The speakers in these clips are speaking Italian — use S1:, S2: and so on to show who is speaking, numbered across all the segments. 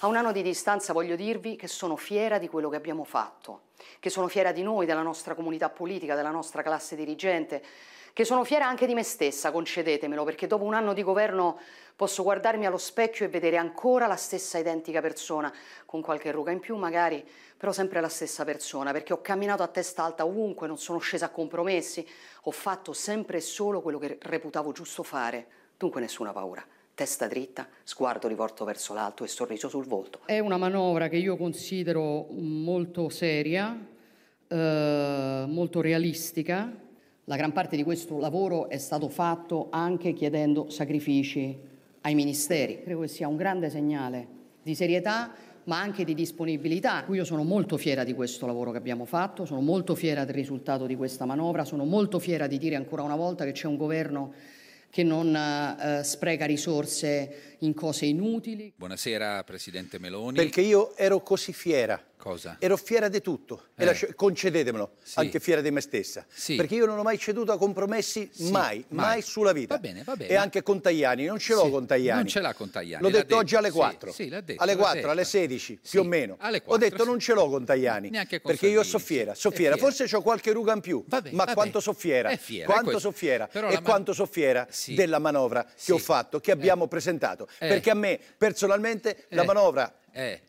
S1: A un anno di distanza voglio dirvi che sono fiera di quello che abbiamo fatto, che sono fiera di noi, della nostra comunità politica, della nostra classe dirigente, che sono fiera anche di me stessa, concedetemelo, perché dopo un anno di governo posso guardarmi allo specchio e vedere ancora la stessa identica persona, con qualche ruga in più magari, però sempre la stessa persona, perché ho camminato a testa alta ovunque, non sono scesa a compromessi, ho fatto sempre e solo quello che reputavo giusto fare, dunque nessuna paura testa dritta, sguardo rivolto verso l'alto e sorriso sul volto. È una manovra che io considero molto seria, eh, molto realistica. La gran parte di questo lavoro è stato fatto anche chiedendo sacrifici ai ministeri. Credo che sia un grande segnale di serietà ma anche di disponibilità. Io sono molto fiera di questo lavoro che abbiamo fatto, sono molto fiera del risultato di questa manovra, sono molto fiera di dire ancora una volta che c'è un governo che non eh, spreca risorse in cose inutili.
S2: Buonasera Presidente Meloni.
S3: Perché io ero così fiera.
S2: Cosa?
S3: Ero fiera di tutto, e
S2: Eh.
S3: lascia- concedetemelo,
S2: Sì.
S3: anche fiera di me stessa.
S2: Sì.
S3: Perché io non ho mai ceduto a compromessi,
S2: Sì,
S3: mai,
S2: mai.
S3: mai, sulla vita.
S2: Va bene, va bene.
S3: E anche con Tagliani, non ce l'ho
S2: Sì,
S3: con Tagliani.
S2: non ce l'ha con Tagliani,
S3: L'ho
S2: l'ha
S3: detto, oggi alle
S2: detto,
S3: 4.
S2: sì, sì, l'ha detto,
S3: alle
S2: l'ha
S3: 4,
S2: detto.
S3: alle 16,
S2: Sì,
S3: più o meno.
S2: alle
S3: ho
S2: 4,
S3: detto non
S2: sì.
S3: ce l'ho con Tagliani.
S2: Neanche con
S3: perché io so
S2: Salvini,
S3: fiera,
S2: sì.
S3: so
S2: È
S3: fiera.
S2: fiera.
S3: Forse ho qualche ruga in più,
S2: Va bene,
S3: ma
S2: va
S3: quanto
S2: bene.
S3: so fiera.
S2: È fiera, è
S3: quanto
S2: questo.
S3: so fiera
S2: Però la
S3: e
S2: man-
S3: quanto so fiera
S2: Sì.
S3: della manovra che
S2: Sì.
S3: ho fatto, che abbiamo presentato.
S2: Eh.
S3: Perché a me, personalmente, la
S2: Eh.
S3: manovra
S2: Eh,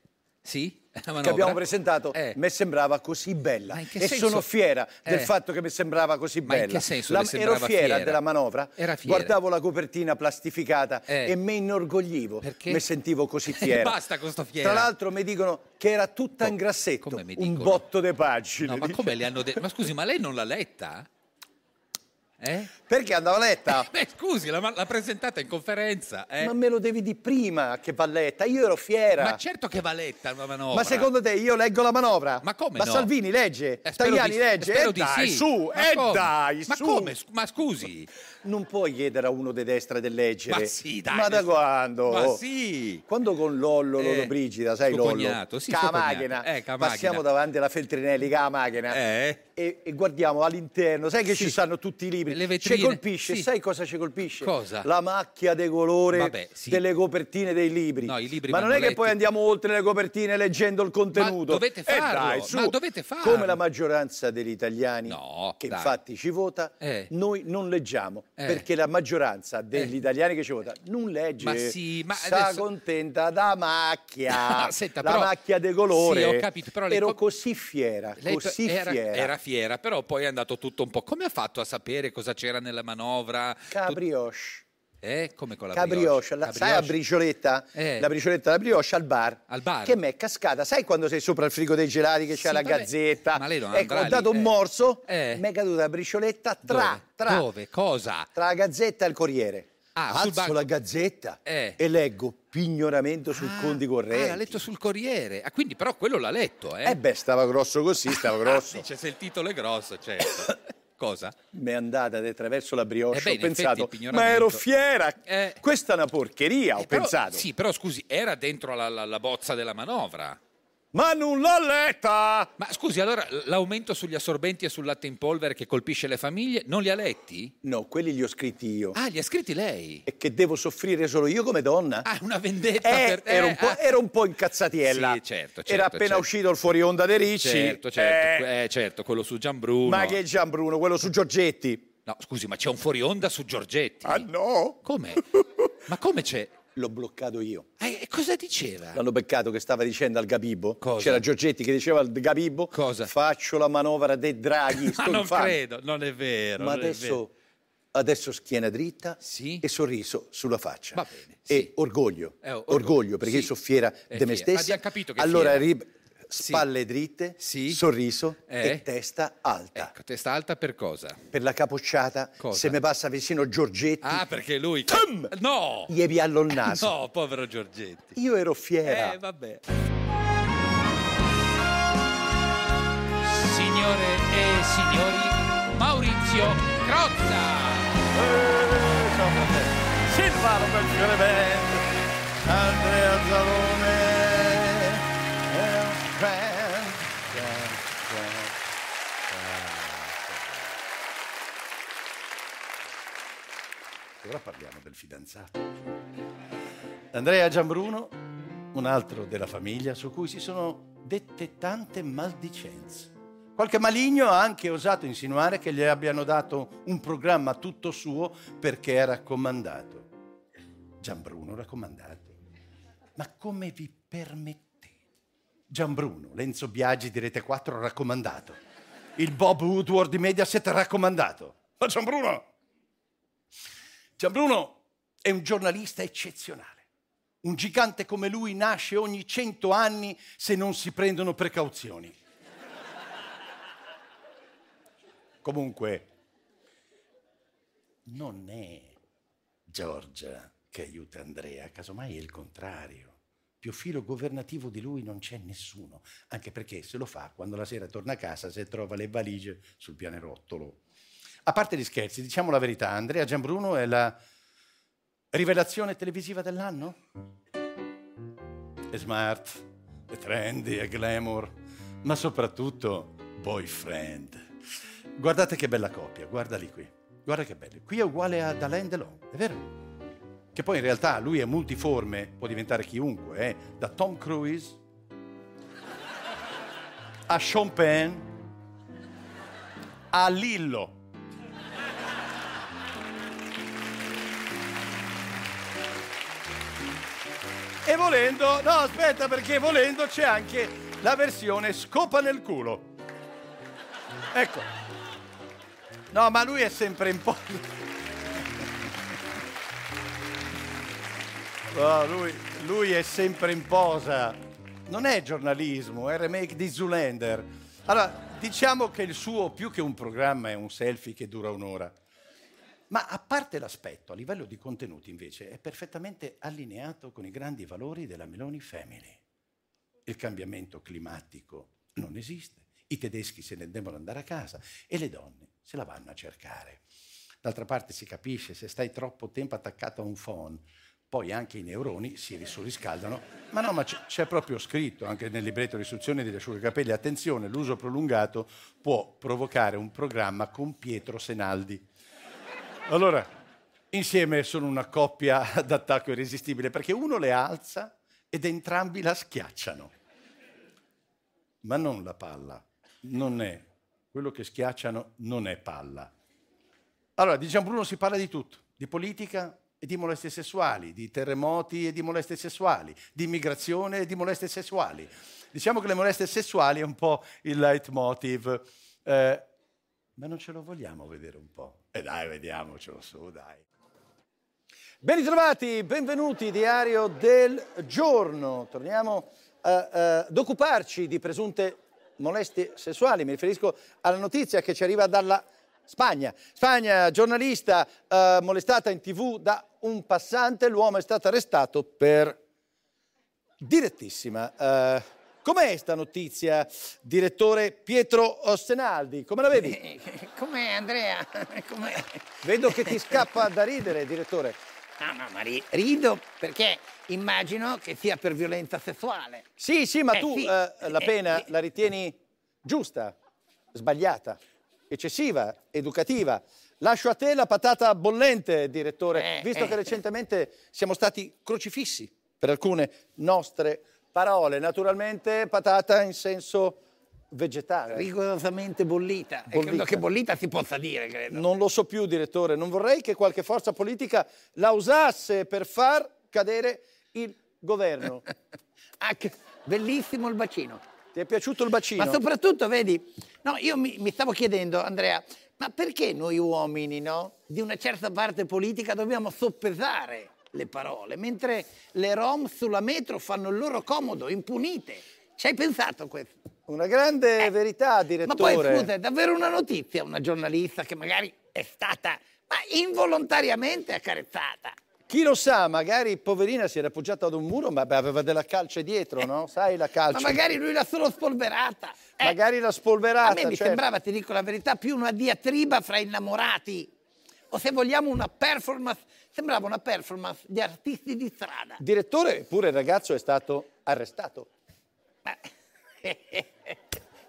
S2: sì? La
S3: che
S2: manovra?
S3: abbiamo presentato
S2: Eh,
S3: mi sembrava così bella
S2: Ma in che
S3: e
S2: senso?
S3: sono fiera del
S2: Eh.
S3: fatto che mi sembrava così
S2: Ma
S3: bella.
S2: in che senso le sembrava
S3: ero fiera,
S2: fiera?
S3: della manovra,
S2: Era fiera.
S3: guardavo la copertina plastificata
S2: Eh.
S3: e mi inorgoglivo,
S2: Perché?
S3: mi sentivo così fiera.
S2: Basta con sto fiera.
S3: Tra l'altro mi dicono che era tutta
S2: Co-
S3: in grassetto,
S2: come mi
S3: un
S2: dicono?
S3: botto di pagine.
S2: No, ma
S3: dice.
S2: come le hanno detto? Ma scusi, ma lei non l'ha letta? Eh?
S3: Perché andava letta?
S2: Beh, scusi, l'ha, l'ha presentata in conferenza, eh?
S3: Ma
S2: Ma,
S3: me lo devi di prima che va letta, io ero fiera.
S2: certo che va letta una manovra.
S3: Ma secondo te io leggo la manovra?
S2: Ma come
S3: Ma
S2: no?
S3: Salvini legge?
S2: Eh, spero
S3: Tagliani
S2: di-
S3: legge?
S2: spero
S3: E
S2: di
S3: dai,
S2: sì.
S3: su,
S2: Ma
S3: e
S2: come?
S3: dai,
S2: Ma
S3: su.
S2: come? S- Ma scusi.
S3: Non puoi chiedere a uno di destra di leggere.
S2: Ma sì, dai.
S3: Ma da quando?
S2: Ma sì.
S3: Quando con Lollo, Lollo
S2: Eh,
S3: Brigida, sai
S2: suo
S3: Lollo?
S2: cognato, sì,
S3: Ca'
S2: suo
S3: la
S2: cognato.
S3: macchina.
S2: Eh, ca' la
S3: Passiamo
S2: macchina.
S3: davanti alla Feltrinelli, ca' la macchina.
S2: Eh.
S3: E, e guardiamo all'interno, sai che
S2: Sì.
S3: ci stanno tutti i libri.
S2: Le
S3: ci
S2: vetrine,
S3: colpisce,
S2: sì.
S3: sai cosa ci colpisce?
S2: Cosa?
S3: La macchia di colore
S2: Vabbè, sì.
S3: delle copertine dei libri.
S2: No, i libri
S3: Ma non è
S2: vanno
S3: che poi
S2: letti.
S3: andiamo oltre le copertine leggendo il contenuto.
S2: dovete
S3: Eh,
S2: farlo,
S3: dai, su.
S2: ma dovete farlo.
S3: Come la maggioranza degli italiani,
S2: No,
S3: che
S2: dai.
S3: infatti ci vota,
S2: Eh.
S3: noi non leggiamo
S2: Eh.
S3: perché la maggioranza degli
S2: Eh.
S3: italiani che ci vota non legge,
S2: Ma sì, ma
S3: sta
S2: adesso-
S3: contenta da macchia,
S2: Ah, senta,
S3: la
S2: però-
S3: macchia de colore.
S2: Sì, ho capito, però lei
S3: Ero
S2: co-
S3: così fiera,
S2: Lei
S3: così
S2: era,
S3: fiera.
S2: era fiera, però poi è andato tutto un po'. Come ha fatto a sapere cosa c'era nella manovra? Tut-
S3: Cabrioche.
S2: eh, come con la
S3: La brioche, la- sai la bricioletta?
S2: Eh.
S3: La bricioletta, la brioche al bar.
S2: Al bar.
S3: Che mi è cascata. Sai quando sei sopra il frigo dei gelati che c'è
S2: Sì,
S3: la
S2: vabbè.
S3: gazzetta?
S2: Ma lei non
S3: ecco,
S2: andrà
S3: ho
S2: lì,
S3: dato un
S2: eh.
S3: morso,
S2: Eh.
S3: mi è caduta la bricioletta tra,
S2: Dove?
S3: tra,
S2: Dove? Cosa?
S3: tra la gazzetta e il corriere.
S2: Ah, sul
S3: Alzo
S2: banco.
S3: la gazzetta
S2: Eh.
S3: e leggo pignoramento sul
S2: Ah,
S3: conti correnti.
S2: Ah, l'ha letto sul Corriere. Ah, quindi però quello l'ha letto, eh?
S3: Eh beh, stava grosso così, stava grosso.
S2: Ah, dice, se il titolo è grosso, certo. Cosa?
S3: Mi è andata de- attraverso la
S2: Eh
S3: brioche,
S2: beh, in
S3: ho
S2: effetti
S3: pensato,
S2: il pignoramento-
S3: ma ero fiera,
S2: Eh.
S3: questa è una porcheria, ho
S2: Eh, però-
S3: pensato.
S2: Sì, però scusi, era dentro la, la- la bozza della manovra.
S3: Ma non l'ho letta!
S2: Ma scusi, allora l- l'aumento sugli assorbenti e sul latte in polvere che colpisce le famiglie, non li ha letti?
S3: No, quelli li ho scritti io.
S2: Ah, li ha scritti lei?
S3: E che devo soffrire solo io come donna?
S2: Ah, una vendetta
S3: Eh,
S2: per...
S3: ero, un po',
S2: ah.
S3: ero un po' incazzatiella.
S2: Sì, certo, certo,
S3: Era appena
S2: certo.
S3: uscito il fuori onda dei Ricci.
S2: Certo,
S3: Eh,
S2: certo, eh, certo, quello su Gianbruno.
S3: Ma che Gianbruno, quello su Giorgetti.
S2: No, scusi, ma c'è un fuori onda su Giorgetti?
S3: Ah no?
S2: Come? Ma come c'è?
S3: Eh. L'ho bloccato io.
S2: Eh, e cosa diceva?
S3: L'hanno beccato che stava dicendo al Gabibbo.
S2: Cosa?
S3: C'era Giorgetti che diceva al Gabibbo:
S2: Cosa?
S3: Faccio la manovra dei draghi.
S2: Ma
S3: sto
S2: non
S3: infame.
S2: credo, non è vero.
S3: Ma
S2: non è vero.
S3: adesso, adesso schiena dritta
S2: Sì.
S3: e sorriso sulla faccia.
S2: Va bene,
S3: E
S2: sì.
S3: orgoglio.
S2: Eh, orgoglio,
S3: orgoglio, perché
S2: sì.
S3: io sono fiera
S2: È
S3: di
S2: fiera.
S3: me stessa.
S2: Abbiamo capito che è
S3: allora,
S2: fiera.
S3: ri- spalle dritte,
S2: Sì.
S3: sorriso
S2: Eh.
S3: e testa alta.
S2: Ecco, testa alta per cosa?
S3: Per la capocciata,
S2: Cosa?
S3: se mi passa vicino Giorgetti,
S2: Ah, perché lui...
S3: Tum!
S2: No!
S3: gli piallo il naso.
S2: No, povero Giorgetti.
S3: Io ero fiera.
S2: Eh, vabbè. Signore e signori, Maurizio Crozza!
S3: Silvano Clemente, Andrea Zalone, Eh, Ora parliamo del fidanzato. Andrea Gianbruno, un altro della famiglia su cui si sono dette tante maldicenze. Qualche maligno ha anche osato insinuare che gli abbiano dato un programma tutto suo perché era comandato. Gianbruno era comandato. Ma come vi permettete? Gianbruno, Lenzo Biagi di Rete 4 raccomandato. Il Bob Woodward di Mediaset raccomandato. Ma Gianbruno! Gianbruno è un giornalista eccezionale. Un gigante come lui nasce ogni cento anni se non si prendono precauzioni. Comunque, non è Giorgia che aiuta Andrea, casomai è il contrario. Più filo governativo di lui non c'è nessuno, anche perché se lo fa quando la sera torna a casa se trova le valigie sul pianerottolo. A parte gli scherzi, diciamo la verità, Andrea Gianbruno è la rivelazione televisiva dell'anno? È smart, è trendy, è glamour, ma soprattutto boyfriend. Guardate che bella coppia, guardali qui. Guarda che belli. Qui è uguale ad Alain Delon, è vero? Che poi in realtà lui è multiforme, può diventare chiunque, eh? da Tom Cruise a Sean Penn a Lillo. eh. E volendo, no aspetta perché volendo c'è anche la versione scopa nel culo. Ecco. No, ma lui è sempre in po'. No, lui, lui è sempre in posa. Non è giornalismo, è remake di Zoolander. Allora, diciamo che il suo più che un programma è un selfie che dura un'ora. Ma a parte l'aspetto, a livello di contenuti invece, è perfettamente allineato con i grandi valori della Meloni Family. Il cambiamento climatico non esiste, i tedeschi se ne devono andare a casa e le donne se la vanno a cercare. D'altra parte si capisce, se stai troppo tempo attaccato a un phone, poi anche i neuroni si risurriscaldano. Ma no, ma c'è, c'è proprio scritto anche nel libretto di istruzioni degli asciugacapelli, attenzione, l'uso prolungato può provocare un programma con Pietro Senaldi. Allora, insieme sono una coppia d'attacco irresistibile perché uno le alza ed entrambi la schiacciano. Ma non la palla, non è. Quello che schiacciano non è palla. Allora, di Gianbruno si parla di tutto, di politica e di molestie sessuali, di terremoti e di molestie sessuali, di immigrazione e di molestie sessuali. Diciamo che le molestie sessuali è un po' il leitmotiv. Eh, ma non ce lo vogliamo vedere un po'? E dai, vediamocelo su, dai. Ben ritrovati, benvenuti Diario del Giorno. Torniamo eh, eh, ad occuparci di presunte molestie sessuali. Mi riferisco alla notizia che ci arriva dalla Spagna. Spagna, giornalista eh, molestata in tv da un passante, l'uomo è stato arrestato per direttissima. Eh, com'è sta notizia, direttore Pietro Ostenaldi? Come la vedi?
S4: Eh, Com'è Andrea? Com'è?
S3: Vedo che ti scappa da ridere, direttore.
S4: No, no, ma ri- rido perché immagino che sia per violenza sessuale.
S3: Sì, sì, ma
S4: Eh,
S3: tu
S4: sì.
S3: eh, la
S4: Eh,
S3: pena
S4: sì.
S3: la ritieni giusta, sbagliata, eccessiva, educativa. Lascio a te la patata bollente, direttore,
S4: Eh,
S3: visto
S4: eh.
S3: che recentemente siamo stati crocifissi per alcune nostre parole. Naturalmente patata in senso vegetale.
S4: Rigorosamente bollita. E
S3: Bollita.
S4: credo che bollita si possa dire, credo.
S3: Non lo so più, direttore, non vorrei che qualche forza politica la usasse per far cadere il governo.
S4: Ah, che bellissimo il bacino.
S3: Ti è piaciuto il bacino?
S4: Ma soprattutto, vedi, no, io mi, mi stavo chiedendo, Andrea, ma perché noi uomini, no, di una certa parte politica dobbiamo soppesare le parole, mentre le Rom sulla metro fanno il loro comodo, impunite? Ci hai pensato a questo?
S3: Una grande
S4: Eh,
S3: verità, direttore.
S4: Ma poi scusa, è davvero una notizia una giornalista che magari è stata, ma involontariamente accarezzata.
S3: Chi lo sa, magari poverina si era appoggiata ad un muro, ma beh, aveva della calce dietro, no? Sai la
S4: Eh. Ma
S3: calce.
S4: magari lui l'ha solo spolverata. Eh,
S3: Magari l'ha spolverata.
S4: a me mi
S3: certo.
S4: sembrava, ti dico la verità, più una diatriba fra innamorati. O se vogliamo una performance, sembrava una performance di artisti di strada.
S3: Direttore, eppure il ragazzo è stato arrestato.
S4: Ma-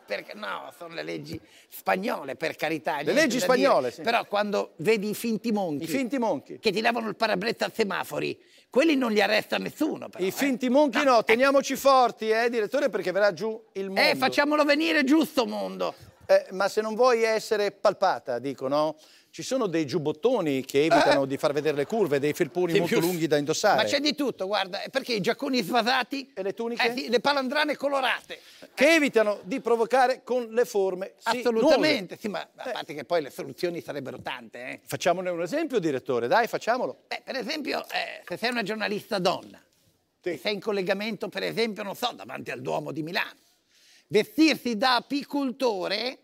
S4: Perché no, sono le leggi spagnole, per carità.
S3: Le
S4: niente
S3: leggi
S4: da
S3: spagnole,
S4: dire.
S3: sì.
S4: Però quando vedi i finti monchi.
S3: I finti monchi.
S4: che ti lavano il parabrezza a semafori, quelli non li arresta nessuno. Però,
S3: I
S4: eh.
S3: finti monchi no, teniamoci forti, eh, direttore, perché verrà giù il mondo.
S4: Eh, facciamolo venire giusto mondo.
S3: Eh, ma se non vuoi essere palpata, dico, no? Ci sono dei giubbottoni che evitano di far vedere le curve, dei felponi
S4: Eh. Sì,
S3: molto
S4: più-
S3: lunghi da indossare.
S4: Ma c'è di tutto, guarda, eh, perché i giacconi svasati
S3: E le tuniche?
S4: Eh sì, le palandrane colorate.
S3: Che evitano di provocare con le forme. sì, nuove.
S4: Assolutamente, sì, ma a
S3: Eh.
S4: parte che poi le soluzioni sarebbero tante. eh.
S3: Facciamone un esempio, direttore, dai, facciamolo.
S4: Beh, per esempio, eh, se sei una giornalista donna,
S3: Sì.
S4: se sei in collegamento, per esempio, non so, davanti al Duomo di Milano, vestirsi da apicultore,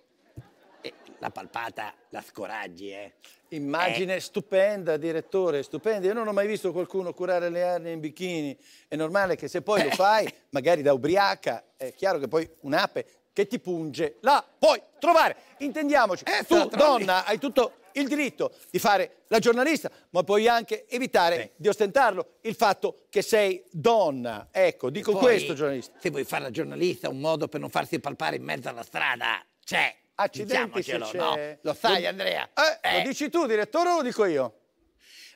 S4: eh, la palpata la scoraggi, eh.
S3: Immagine stupenda, direttore, stupenda. Io non ho mai visto qualcuno curare le arnie in bikini. È normale che se poi
S4: Eh.
S3: lo fai, magari da ubriaca, è chiaro che poi un'ape che ti punge la puoi trovare. Intendiamoci,
S4: Eh,
S3: tu
S4: d'altronde-
S3: donna hai tutto il diritto di fare la giornalista, ma puoi anche evitare di ostentarlo il fatto che sei donna. Ecco, dico
S4: Poi,
S3: questo, giornalista.
S4: Se vuoi fare la giornalista, un modo per non farsi palpare in mezzo alla strada c'è.
S3: Accidenti se
S4: Diciamocelo,
S3: c'è...
S4: no? Lo sai, Andrea. Eh,
S3: Eh, Lo dici tu, direttore, o lo dico io?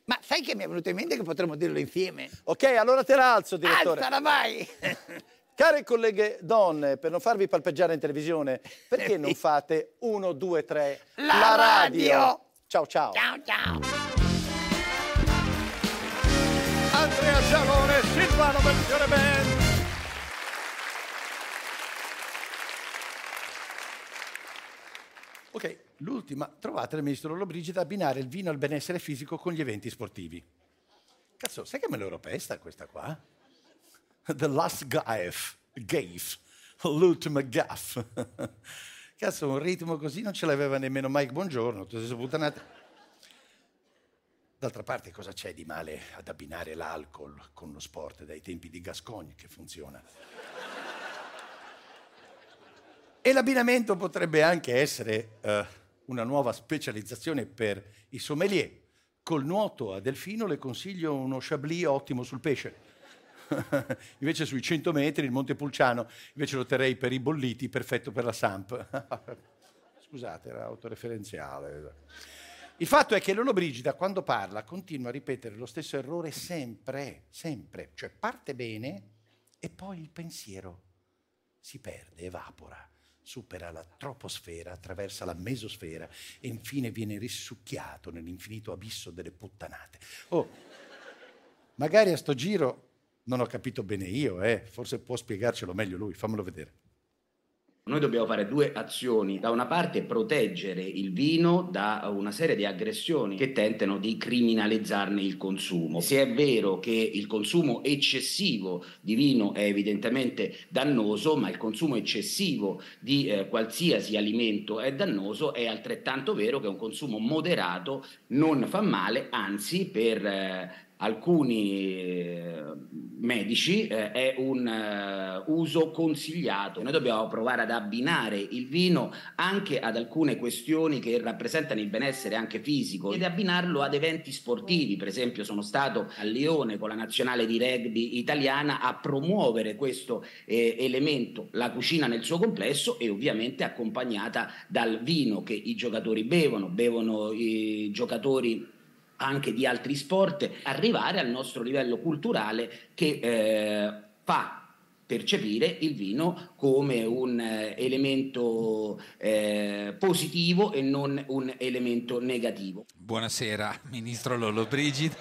S4: Ma sai che mi è venuto in mente che potremmo dirlo insieme?
S3: Ok, allora te la alzo, direttore.
S4: Alzala, vai!
S3: Care colleghe donne, per non farvi palpeggiare in televisione, perché non fate 1, 2, 3
S4: La radio!
S3: Ciao ciao.
S4: ciao, ciao!
S3: Andrea Gialone, Silvano Belfiore Band. Ok, l'ultima. Trovate il ministro Lollobrigida a abbinare il vino al benessere fisico con gli eventi sportivi. Cazzo, sai che me l'ero pesta questa qua? The Last Gaff, Gaff, l'ultima gaff. Cazzo, un ritmo così non ce l'aveva nemmeno Mike Buongiorno, tutte queste puttanate. D'altra parte, cosa c'è di male ad abbinare l'alcol con lo sport dai tempi di Gascogne che funziona? E l'abbinamento potrebbe anche essere eh, una nuova specializzazione per i sommelier. Col nuoto a delfino le consiglio uno chablis ottimo sul pesce. invece sui 100 metri il Montepulciano invece lo terrei per i bolliti, perfetto per la Samp. Scusate, era autoreferenziale. Il fatto è che Lollobrigida quando parla continua a ripetere lo stesso errore sempre, sempre, cioè parte bene e poi il pensiero si perde, evapora, supera la troposfera, attraversa la mesosfera e infine viene risucchiato nell'infinito abisso delle puttanate. Oh, magari a sto giro non ho capito bene io, eh, forse può spiegarcelo meglio lui, fammelo vedere.
S5: Noi dobbiamo fare due azioni. Da una parte proteggere il vino da una serie di aggressioni che tentano di criminalizzarne il consumo. Se è vero che il consumo eccessivo di vino è evidentemente dannoso, ma il consumo eccessivo di eh, qualsiasi alimento è dannoso, è altrettanto vero che un consumo moderato non fa male, anzi per eh, alcuni eh, medici eh, è un eh, uso consigliato. Noi dobbiamo provare ad abbinare il vino anche ad alcune questioni che rappresentano il benessere anche fisico ed abbinarlo ad eventi sportivi. Per esempio sono stato a Lione con la nazionale di rugby italiana a promuovere questo eh, elemento, la cucina nel suo complesso e ovviamente accompagnata dal vino che i giocatori bevono, bevono i giocatori anche di altri sport, arrivare al nostro livello culturale che eh, fa percepire il vino come un eh, elemento eh, positivo e non un elemento negativo.
S2: Buonasera, ministro Lollobrigida.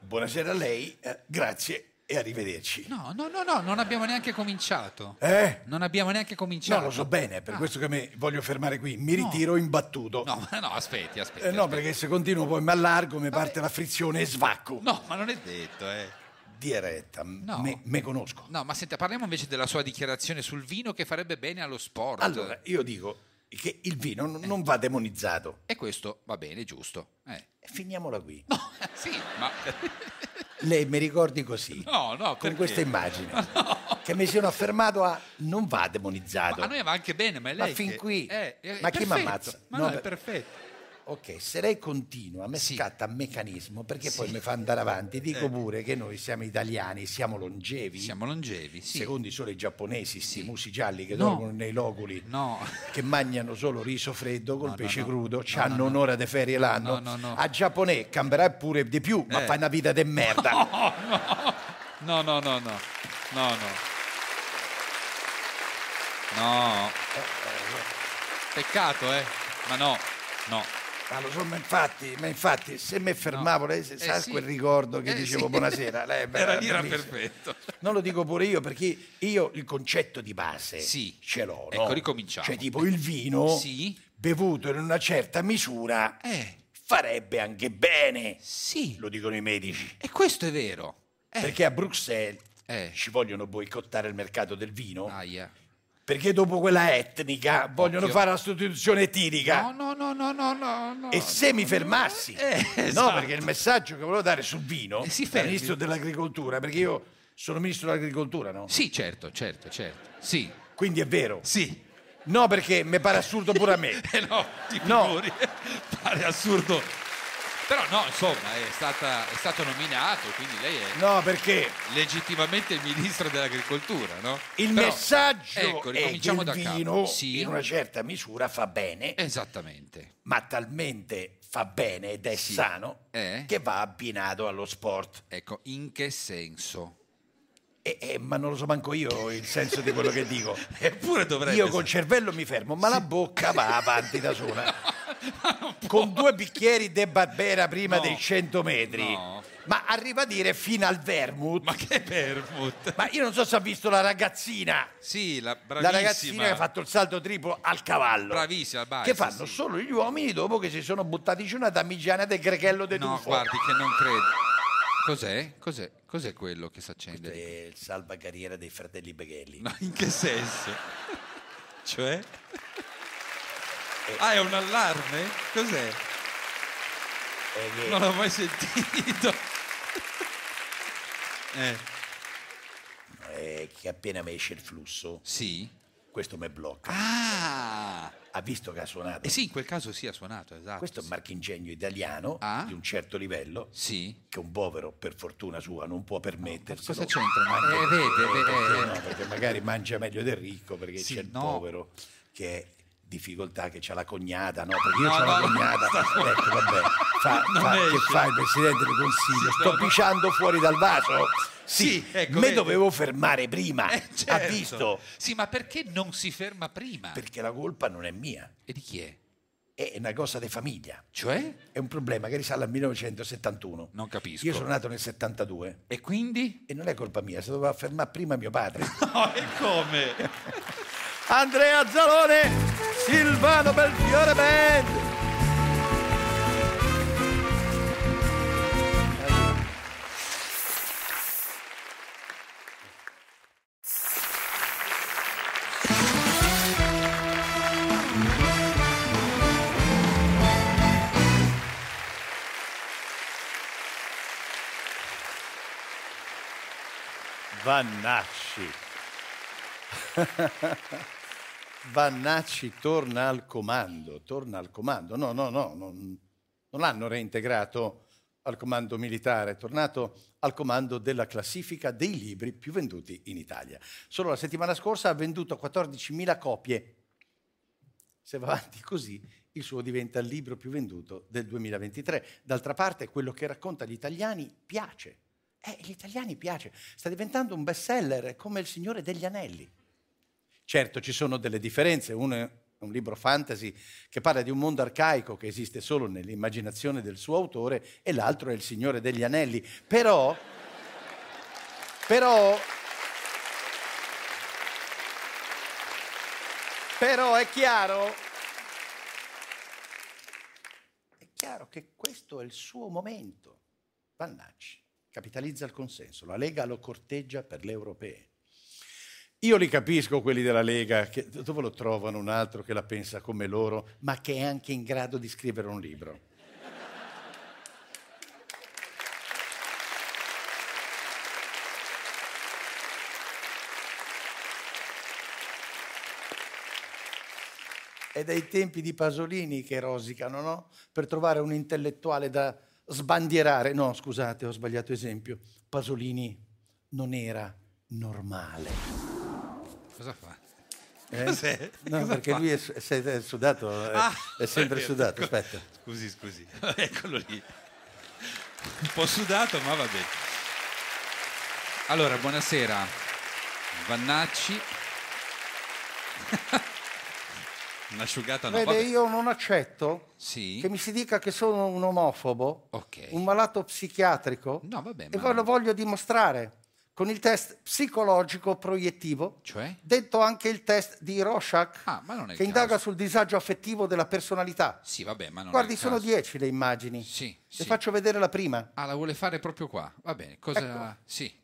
S3: Buonasera a lei, eh, grazie e arrivederci.
S2: No, no, no, no, non abbiamo neanche cominciato.
S3: Eh?
S2: Non abbiamo neanche
S3: No,
S2: cominciato.
S3: lo so bene, per
S2: Ah,
S3: questo che mi voglio fermare qui. Mi
S2: No.
S3: ritiro imbattuto.
S2: No, ma no, aspetti, aspetti.
S3: Eh, no,
S2: aspetti.
S3: perché se continuo poi mi allargo, mi parte la frizione e svacco.
S2: No, ma non è detto, eh.
S3: Diretta,
S2: No.
S3: me, me conosco.
S2: No, ma senta, parliamo invece della sua dichiarazione sul vino che farebbe bene allo sport.
S3: Allora, io dico che il vino non- non va demonizzato.
S2: E questo va bene, giusto. Eh.
S3: Finiamola qui.
S2: No, sì, ma...
S3: Lei mi ricordi così,
S2: No, no,
S3: con
S2: perché?
S3: questa immagine, che mi sono affermato a non va demonizzato.
S2: A noi va anche bene, ma è
S3: Certo. Ma
S2: lei
S3: fin
S2: che-
S3: qui?
S2: Eh, è
S3: Ma chi
S2: perfetto.
S3: m'ammazza?
S2: Ma
S3: No,
S2: no, è
S3: per-
S2: perfetto.
S3: Ok, se lei continua, a me
S2: Sì. Eh.
S3: scatta un meccanismo perché poi mi fa andare avanti. Dico pure che noi siamo italiani, siamo longevi.
S2: Siamo longevi, sì.
S3: Secondo i solo i giapponesi, sti
S2: Sì.
S3: musi gialli che
S2: No.
S3: dormono nei loculi,
S2: No.
S3: che mangiano solo riso freddo col
S2: No, no,
S3: pesce
S2: no.
S3: crudo,
S2: No,
S3: ci
S2: no,
S3: hanno
S2: no.
S3: un'ora di ferie l'anno.
S2: No, no, no.
S3: A Giappone cambierà pure di più, ma
S2: Eh.
S3: fa una vita di merda.
S2: No, no, no, no. No, no. No. Peccato, eh. Ma no, no.
S3: Ma Ah, lo so, ma infatti, ma infatti, se mi fermavo, lei
S2: Eh,
S3: sa
S2: sì.
S3: quel ricordo che
S2: Eh,
S3: dicevo
S2: sì.
S3: buonasera, lei
S2: Era lì, era
S3: bellissima.
S2: perfetto.
S3: Non lo dico pure io perché io il concetto di base
S2: Sì.
S3: ce l'ho.
S2: Ecco,
S3: no?
S2: ricominciamo.
S3: Cioè, tipo il vino
S2: Sì.
S3: bevuto in una certa misura
S2: Eh,
S3: farebbe anche bene,
S2: sì.
S3: lo dicono i medici.
S2: E questo è vero. Eh.
S3: Perché a Bruxelles
S2: Eh.
S3: ci vogliono boicottare il mercato del vino
S2: Aia.
S3: perché dopo quella etnica vogliono
S2: Occhio.
S3: fare la sostituzione etnica.
S2: No, no, no, no, no, no, no.
S3: E se mi fermassi,
S2: Oh, Eh,
S3: no,
S2: esatto.
S3: perché il messaggio che volevo dare sul vino,
S2: Eh, si
S3: da
S2: fermi.
S3: ministro dell'agricoltura, perché io sono ministro dell'agricoltura, no?
S2: Sì, certo, certo, certo. Sì.
S3: Quindi è vero.
S2: Sì.
S3: No, perché mi pare assurdo pure a me.
S2: Eh no, ti
S3: No.
S2: figuri. Pare assurdo. Però no, insomma, è, stata, è stato nominato, quindi lei è
S3: No, perché
S2: legittimamente il ministro dell'agricoltura, no?
S3: il
S2: Però-
S3: messaggio
S2: ecco,
S3: è che
S2: ricominciamo
S3: il
S2: da capo.
S3: vino
S2: Sì.
S3: in una certa misura fa bene,
S2: Esattamente.
S3: ma talmente fa bene ed è
S2: Sì.
S3: sano
S2: Eh.
S3: che va abbinato allo sport.
S2: Ecco, in che senso?
S3: E- e- ma non lo so manco io il senso di quello che dico.
S2: Eppure dovrebbe
S3: Io col
S2: sa-
S3: cervello mi fermo, ma la bocca va avanti da sola.
S2: Ma non può.
S3: con due bicchieri de Barbera prima
S2: No.
S3: dei 100 metri.
S2: No.
S3: Ma arriva a dire fino al vermouth.
S2: Ma che vermouth.
S3: Ma io non so se ha visto la ragazzina.
S2: Sì, la
S3: La
S2: bravissima.
S3: ragazzina che ha fatto il salto triplo al cavallo.
S2: Bravissima, al balzo,
S3: Che fanno
S2: sì.
S3: solo gli uomini dopo che si sono buttati giù una damigiana del grechello de
S2: No,
S3: Tufo.
S2: guardi che non credo. Cos'è? Cos'è? Cos'è quello che si accende? lì?
S3: È il salvacarriera dei fratelli Beghelli.
S2: No, in che senso? Cioè?
S3: Eh.
S2: Ah, è un allarme? Cos'è?
S3: È Eh, che
S2: Non l'ho mai sentito. Eh,
S3: è Eh, che appena mi esce il flusso,
S2: sì.
S3: questo mi blocca.
S2: Ah!
S3: Ha visto che ha suonato?
S2: E sì, in quel caso sì, ha suonato, esatto.
S3: Questo è un marchingegno italiano
S2: Ah.
S3: di un certo livello.
S2: Sì.
S3: che un povero per fortuna sua non può permettersi.
S2: Cosa c'entra? Ma- eh, vede, vede, eh.
S3: no, perché magari mangia meglio del ricco perché
S2: Sì,
S3: c'è il
S2: no.
S3: povero che è difficoltà che c'ha la cognata, no? Perché io
S2: No,
S3: c'ho
S2: no,
S3: la
S2: no,
S3: cognata,
S2: sta-
S3: ecco vabbè, fa,
S2: Non
S3: fa- che
S2: esce.
S3: fa il presidente del consiglio,
S2: Sì,
S3: sto
S2: no, no.
S3: pisciando fuori dal vaso. Sì,
S2: Sì, ecco,
S3: me
S2: vedi.
S3: dovevo fermare prima,
S2: Eh,
S3: ha
S2: certo.
S3: visto?
S2: Sì, ma perché non si ferma prima?
S3: Perché la colpa non è mia,
S2: E di chi è?
S3: è una cosa di famiglia.
S2: Cioè?
S3: È un problema che risale al 1971.
S2: Non capisco.
S3: Io sono nato nel 72.
S2: E quindi?
S3: E non è colpa mia, si doveva fermare prima mio padre.
S2: No, e come?
S3: Andrea Zalone, Silvano Belfiore Band. Vannacci. Vannacci torna al comando, torna al comando. No, no, no, non, non l'hanno reintegrato al comando militare, è tornato al comando della classifica dei libri più venduti in Italia. Solo la settimana scorsa ha venduto 14.000 copie. Se va avanti così, il suo diventa il libro più venduto del 2023. D'altra parte, quello che racconta agli italiani piace. Eh, agli italiani piace. Sta diventando un bestseller è come Il Signore degli Anelli. Certo, ci sono delle differenze. Uno è un libro fantasy che parla di un mondo arcaico che esiste solo nell'immaginazione del suo autore e l'altro è Il Signore degli Anelli. Però, però, però è chiaro, è chiaro che questo è il suo momento. Vannacci capitalizza il consenso, la Lega lo corteggia per le europee. Io li capisco quelli della Lega, che dove lo trovano un altro che la pensa come loro, ma che è anche in grado di scrivere un libro. È dai tempi di Pasolini che rosicano, no? Per trovare un intellettuale da sbandierare. No, scusate, ho sbagliato esempio. Pasolini non era normale.
S2: Cosa fa?
S3: Eh?
S2: Cos'è?
S3: No,
S2: Cosa
S3: perché
S2: fa? Ah.
S3: lui è, su- è se- è sudato, è, è sempre sudato, aspetta.
S2: Scusi, scusi. Eccolo lì. Un po' sudato, ma va bene. Allora, buonasera. Vannacci. Un'asciugata no.
S3: Vede,
S2: vabbè.
S3: io non accetto
S2: Sì.
S3: che mi si dica che sono un omofobo,
S2: Ok.
S3: un malato psichiatrico,
S2: No, vabbè,
S3: e
S2: ma-
S3: poi lo voglio dimostrare con il test psicologico proiettivo,
S2: Cioè?
S3: detto anche il test di Rorschach,
S2: Ah, ma non è il
S3: che indaga
S2: caso.
S3: sul disagio affettivo della personalità.
S2: Sì, vabbè, ma non è
S3: Guardi,
S2: il
S3: sono
S2: caso.
S3: 10 le immagini.
S2: Sì,
S3: Le
S2: sì.
S3: faccio vedere la prima.
S2: Ah, la vuole fare proprio qua. Va bene,
S3: Ecco.
S2: cosa... Sì.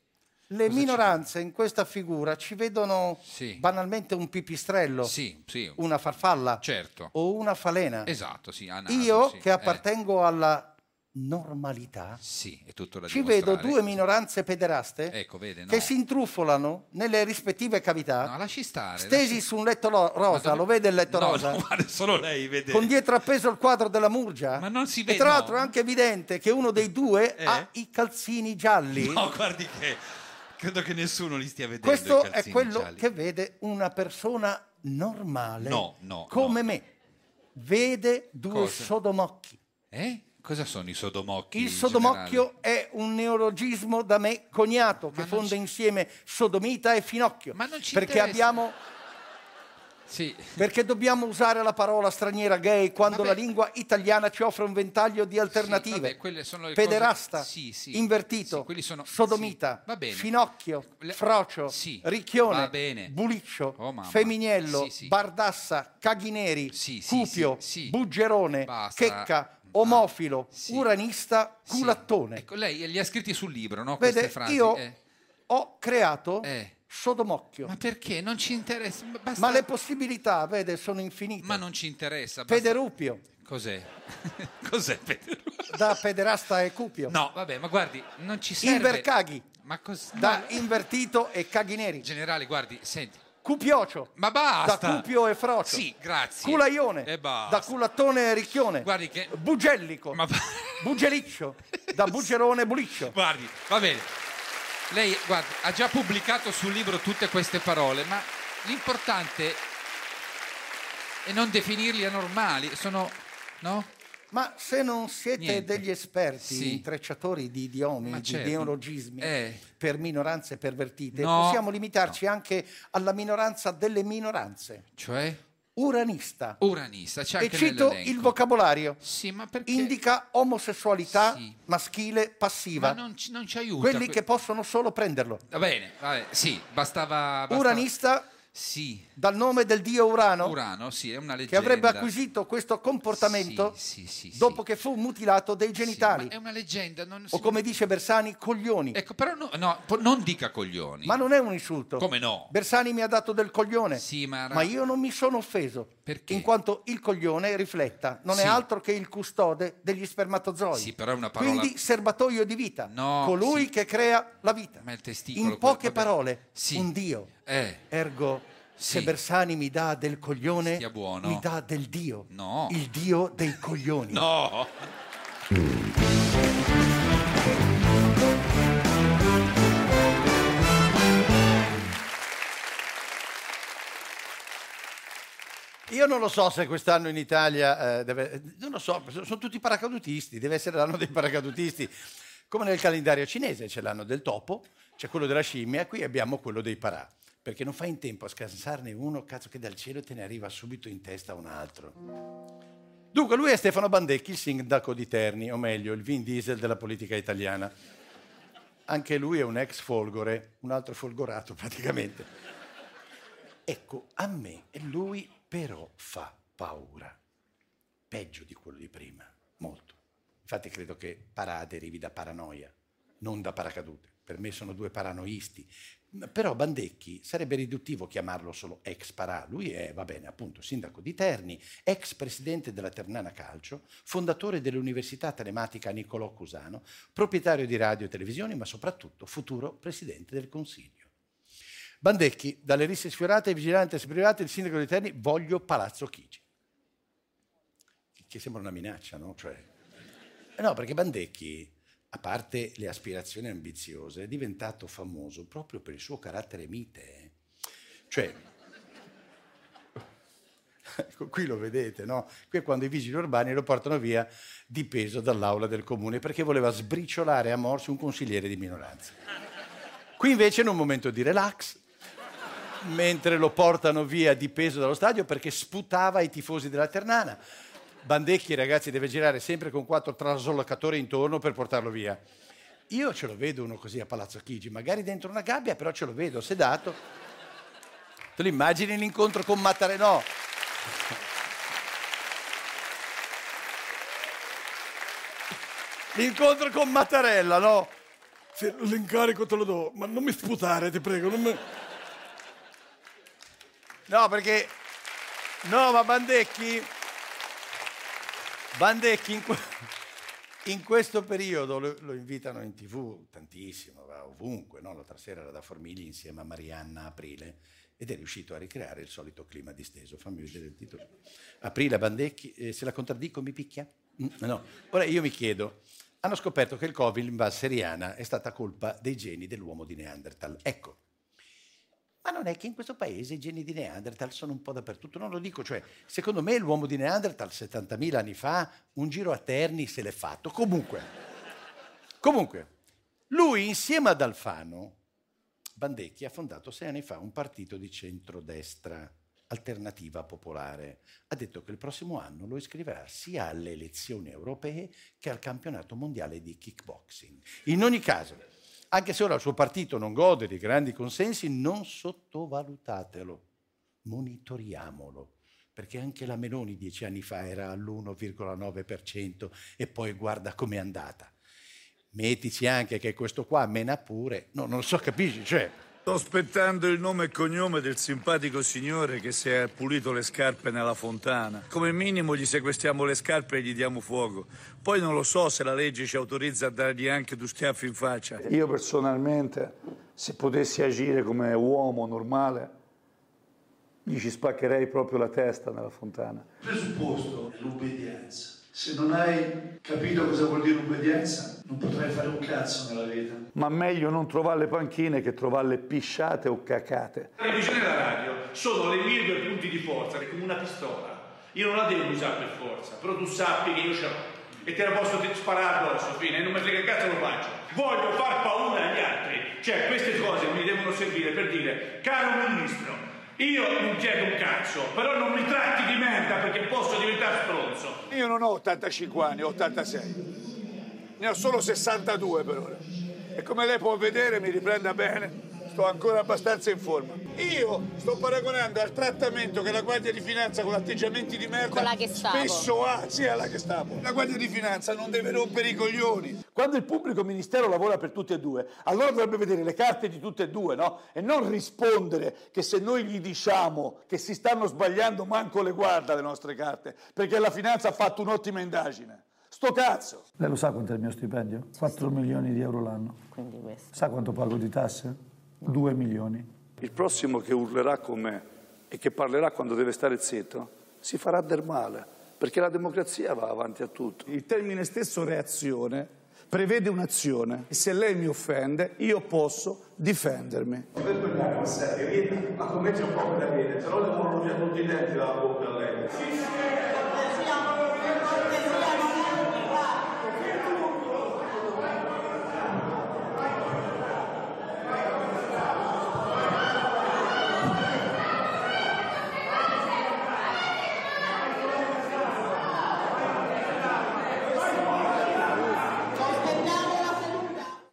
S3: Le minoranze in questa figura ci vedono
S2: Sì.
S3: banalmente un pipistrello,
S2: Sì, sì.
S3: una farfalla
S2: Certo.
S3: o una falena.
S2: Esatto, sì. a naso,
S3: Io
S2: sì.
S3: che
S2: Eh,
S3: appartengo alla normalità,
S2: sì, è tutto da
S3: ci vedo
S2: dimostrare.
S3: due minoranze pederaste
S2: Ecco, vede, no.
S3: che si intrufolano nelle rispettive cavità,
S2: No, lasci stare.
S3: stesi
S2: lasci-
S3: su un letto lo- rosa,
S2: Ma dove-
S3: lo vede il letto
S2: No,
S3: rosa?
S2: no, guarda, solo lei vede.
S3: Con dietro appeso il quadro della Murgia.
S2: Ma non si vede,
S3: E tra
S2: no.
S3: l'altro è anche evidente che uno dei due
S2: Eh?
S3: ha i calzini gialli.
S2: No, guardi che credo che nessuno li stia vedendo. i
S3: Questo è
S2: calzini
S3: quello
S2: gialli.
S3: che vede una persona normale
S2: No, no,
S3: come
S2: no.
S3: me. Vede due
S2: Cosa?
S3: sodomocchi.
S2: Eh? Cosa sono i sodomocchi?
S3: Il
S2: in generale?
S3: sodomocchio è un neologismo da me cognato che
S2: non
S3: fonde
S2: ci-
S3: insieme sodomita e finocchio.
S2: Ma non ci
S3: perché
S2: interessa.
S3: abbiamo
S2: Sì.
S3: perché dobbiamo usare la parola straniera gay quando
S2: Vabbè.
S3: la lingua italiana ci offre un ventaglio di alternative.
S2: Sì, vabbè, quelle sono le
S3: Pederasta,
S2: cose- sì, sì.
S3: invertito,
S2: Sì, quelli sono-
S3: sodomita,
S2: sì, va bene.
S3: finocchio,
S2: Le-
S3: frocio,
S2: sì, va
S3: ricchione,
S2: bene.
S3: buliccio,
S2: Oh, mamma.
S3: femminiello,
S2: Sì, sì.
S3: bardassa, caghineri,
S2: Sì, sì,
S3: cupio,
S2: sì, sì.
S3: buggerone,
S2: Basta. Ah,
S3: checca, omofilo,
S2: Sì.
S3: uranista,
S2: sì.
S3: culattone.
S2: Ecco, lei li ha scritti sul libro, no?
S3: Vede,
S2: queste frasi.
S3: io
S2: eh.
S3: ho creato
S2: Eh.
S3: sodomocchio,
S2: Ma
S3: ma,
S2: perché? Non ci interessa. Ma, basta-
S3: le possibilità, vede, sono infinite.
S2: Ma non ci interessa. basta-
S3: Pederupio,
S2: Cos'è? Cos'è Pederu?
S3: da pederasta e cupio.
S2: No, vabbè, ma guardi, non ci serve.
S3: Invercaghi,
S2: Ma cos-
S3: da
S2: no,
S3: invertito e caghi neri.
S2: generale, guardi, senti.
S3: Cupiocio,
S2: Ma basta.
S3: da cupio e frocio.
S2: Sì, grazie.
S3: Culaione,
S2: E basta.
S3: da culattone e ricchione.
S2: Ah, Guardi che-
S3: Bugellico,
S2: Ma-
S3: bugeliccio, da bugerone e buliccio.
S2: Guardi, va bene. Lei, guardi, ha già pubblicato sul libro tutte queste parole, ma l'importante è non definirli anormali, sono no?
S3: Ma se non siete
S2: Niente.
S3: degli esperti
S2: Sì.
S3: intrecciatori di idiomi,
S2: Ma
S3: di
S2: certo.
S3: neologismi
S2: Eh.
S3: per minoranze pervertite,
S2: No.
S3: possiamo limitarci anche alla minoranza delle minoranze.
S2: Cioè
S3: Uranista.
S2: uranista, c'è
S3: e
S2: anche
S3: cito
S2: nell'elenco.
S3: il vocabolario.
S2: Sì, ma perché
S3: Indica omosessualità
S2: Sì.
S3: maschile
S2: ma
S3: passiva.
S2: non ci, non ci aiuta.
S3: Quelli
S2: que-
S3: che possono solo prenderlo.
S2: Va bene, va bene, sì, bastava, Ah, basta-
S3: Uranista
S2: Sì.
S3: dal nome del dio Urano,
S2: Urano, sì, è una
S3: che
S2: leggenda.
S3: avrebbe acquisito questo comportamento
S2: Sì, sì, sì, sì.
S3: dopo che fu mutilato dei
S2: Sì,
S3: genitali.
S2: ma è una leggenda. non si-
S3: o come dice Bersani, coglioni.
S2: Ecco, però no, no, po- non dica coglioni.
S3: Ma non è un insulto.
S2: Come no?
S3: Bersani mi ha dato del coglione.
S2: Sì, ma era-
S3: io non mi sono offeso.
S2: Perché?
S3: In quanto il coglione rifletta, non
S2: Sì.
S3: è altro che il custode degli spermatozoi.
S2: Sì, però è una parola-
S3: Quindi serbatoio di vita.
S2: No,
S3: colui
S2: sì.
S3: che crea la vita.
S2: Ma il testicolo,
S3: In poche
S2: quello- vabbè.
S3: parole,
S2: Sì.
S3: un Dio.
S2: Eh.
S3: Ergo, se
S2: Sì.
S3: Bersani mi dà del coglione,
S2: Stia buono.
S3: mi dà del Dio.
S2: No.
S3: Il Dio dei coglioni.
S2: No!
S3: Io non lo so se quest'anno in Italia, eh, deve- non lo so, sono tutti paracadutisti, deve essere l'anno dei paracadutisti. Come nel calendario cinese c'è l'anno del topo, c'è quello della scimmia, qui abbiamo quello dei parà. Perché non fai in tempo a scansarne uno, cazzo che dal cielo te ne arriva subito in testa un altro. Dunque, lui è Stefano Bandecchi, il sindaco di Terni, o meglio, il Vin Diesel della politica italiana. Anche lui è un ex folgore, un altro folgorato praticamente. Ecco, a me lui però fa paura. Peggio di quello di prima, molto. Infatti credo che parà derivi da paranoia, non da paracadute. Per me sono due paranoisti. M- Però Bandecchi sarebbe riduttivo chiamarlo solo ex parà. Lui è, va bene, appunto, sindaco di Terni, ex presidente della Ternana Calcio, fondatore dell'Università Telematica Niccolò Cusano, proprietario di radio e televisioni, ma soprattutto futuro presidente del Consiglio. Bandecchi, dalle risse sfiorate ai vigilantes privati, il sindaco di Terni, voglio Palazzo Chigi. Che sembra una minaccia, no? Cioè... Eh No, perché Bandecchi, a parte le aspirazioni ambiziose, è diventato famoso proprio per il suo carattere mite. eh. Cioè, Ecco, qui lo vedete, no? Qui è quando i vigili urbani lo portano via dipeso dall'aula del comune perché voleva sbriciolare a morsi un consigliere di minoranza. Qui invece in un momento di relax, mentre lo portano via dipeso dallo stadio perché sputava ai tifosi della Ternana. Bandecchi, ragazzi, deve girare sempre con quattro traslocatori intorno per portarlo via. Io ce lo vedo uno così a Palazzo Chigi, magari dentro una gabbia, però ce lo vedo sedato. Te lo immagini l'incontro con Mattarella? No, L'incontro con Mattarella, no?
S6: Se l'incarico te lo do, ma non mi sputare, ti prego. Non mi...
S3: No, perché... No, ma Bandecchi... Bandecchi in, que- in questo periodo lo, lo invitano in tv tantissimo, va ovunque, no? L'altra sera era da Formigli insieme a Marianna Aprile ed è riuscito a ricreare il solito clima disteso. Fammi vedere il titolo. Aprile Bandecchi, eh, se la contraddico mi picchia? Mm, no. Ora io mi chiedo, hanno scoperto che il Covid, l'invasione seriana, è stata colpa dei geni dell'uomo di Neanderthal. Ecco, Ma non è che in questo paese i geni di Neanderthal sono un po' dappertutto, non lo dico, cioè, secondo me l'uomo di Neanderthal 70.000 anni fa un giro a Terni se l'è fatto. Comunque, comunque, lui insieme ad Alfano, Bandecchi ha fondato sei anni fa un partito di centrodestra, Alternativa Popolare. Ha detto che il prossimo anno lo iscriverà sia alle elezioni europee che al campionato mondiale di kickboxing. In ogni caso, anche se ora il suo partito non gode di grandi consensi, non sottovalutatelo, monitoriamolo. Perché anche la Meloni dieci anni fa era all'1,9% e poi guarda com'è andata. Mettici anche che questo qua mena pure. No, non lo so, capisci? Cioè,
S6: Sto aspettando il nome e cognome del simpatico signore che si è pulito le scarpe nella fontana. Come minimo gli sequestriamo le scarpe e gli diamo fuoco. Poi non lo so se la legge ci autorizza a dargli anche due schiaffi in faccia.
S7: Io personalmente, se potessi agire come uomo normale, gli ci spaccherei proprio la testa nella fontana.
S8: presupposto è l'obbedienza. Se non hai capito cosa vuol dire obbedienza, non potrai fare un cazzo nella vita.
S7: Ma meglio non trovare le panchine che trovare le pisciate o cacate.
S9: La televisione e la radio sono le mie due punti di forza, che è come una pistola. Io non la devo usare per forza, però tu sappi che io ce l'ho. E te la posso te- sparare addosso, fine, non mi frega il cazzo lo faccio. Voglio far paura agli altri. Cioè, queste cose mi devono servire per dire, caro ministro, io non chiedo un cazzo, però non mi tratti di merda perché posso diventare stronzo.
S6: Io non ho 85 anni, ho 86. Ne ho solo 62 per ora. E come lei può vedere mi riprenda bene.
S10: sto ancora abbastanza in forma. Io sto paragonando al trattamento che la Guardia di Finanza con atteggiamenti di merda
S11: Con la Gestapo.
S10: spesso ha, sì, alla Gestapo. La Guardia di Finanza non deve rompere i coglioni.
S6: Quando il pubblico ministero lavora per tutti e due, allora dovrebbe vedere le carte di tutte e due, no? E non rispondere che se noi gli diciamo che si stanno sbagliando, manco le guarda le nostre carte, perché la finanza ha fatto un'ottima indagine. Sto cazzo!
S12: Lei lo sa quanto è il mio stipendio? 4 milioni di euro l'anno. Sa quanto pago di tasse? 2 milioni.
S13: Il prossimo che urlerà con me e che parlerà quando deve stare zitto si farà del male, perché la democrazia va avanti a tutto.
S14: Il termine stesso reazione prevede un'azione. Se lei mi offende, io posso difendermi.
S15: Vergogniamo, serio, vieni a commettere un po' quella vita, se no le muovono via tutti i denti dalla bocca a lei.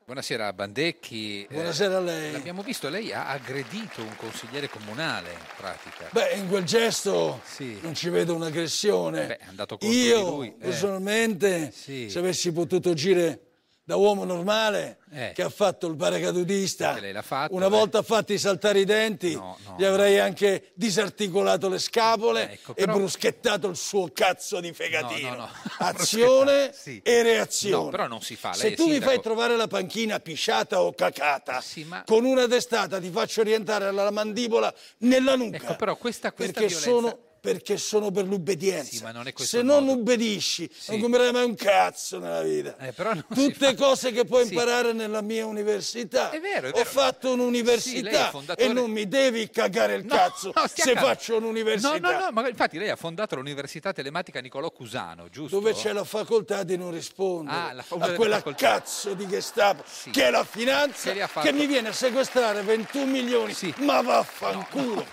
S2: Buonasera Bandecchi. Eh,
S3: Buonasera a lei.
S2: L'abbiamo visto, lei ha aggredito un consigliere comunale in pratica.
S3: Beh, in quel gesto non ci vedo un'aggressione.
S2: Beh, è andato contro
S3: Io,
S2: di lui, eh.
S3: personalmente,
S2: Sì.
S3: se avessi potuto agire da uomo normale,
S2: Eh.
S3: che ha fatto il paracadutista,
S2: Che lei l'ha fatto,
S3: una
S2: eh.
S3: volta fatti saltare i denti, gli avrei anche disarticolato le scapole
S2: Ecco, però-
S3: e bruschettato il suo cazzo di fegatino.
S2: no, no.
S3: Azione
S2: Sì.
S3: e reazione.
S2: No, però non si fa, lei
S3: Se
S2: è
S3: tu mi
S2: sindaco. Eh
S3: fai trovare la panchina pisciata o cacata, con una testata ti faccio rientrare la mandibola nella nuca. Ecco, però
S2: questa,
S3: perché
S2: violenza-
S3: sono perché sono per l'obbedienza.
S2: Sì, ma non è questo
S3: Se
S2: il
S3: non obbedisci, non comprerai mai un cazzo nella vita.
S2: Eh,
S3: Tutte cose che puoi
S2: Sì.
S3: imparare nella mia università.
S2: È vero, è
S3: Ho
S2: vero.
S3: fatto
S2: Sì, lei è
S3: un'università
S2: fondatore-
S3: e non mi devi cagare il
S2: No,
S3: cazzo
S2: no, stia
S3: se
S2: calmo.
S3: faccio un'università.
S2: No, no, no, ma infatti lei ha fondato l'Università Telematica Nicolò Cusano, giusto?
S3: Dove c'è la facoltà di non rispondere
S2: Ah, la fa-
S3: a quella
S2: facoltà.
S3: cazzo di Gestapo che è la finanza
S2: Che li ha
S3: che,
S2: fatto.
S3: mi viene a sequestrare 21 milioni. Ma vaffanculo!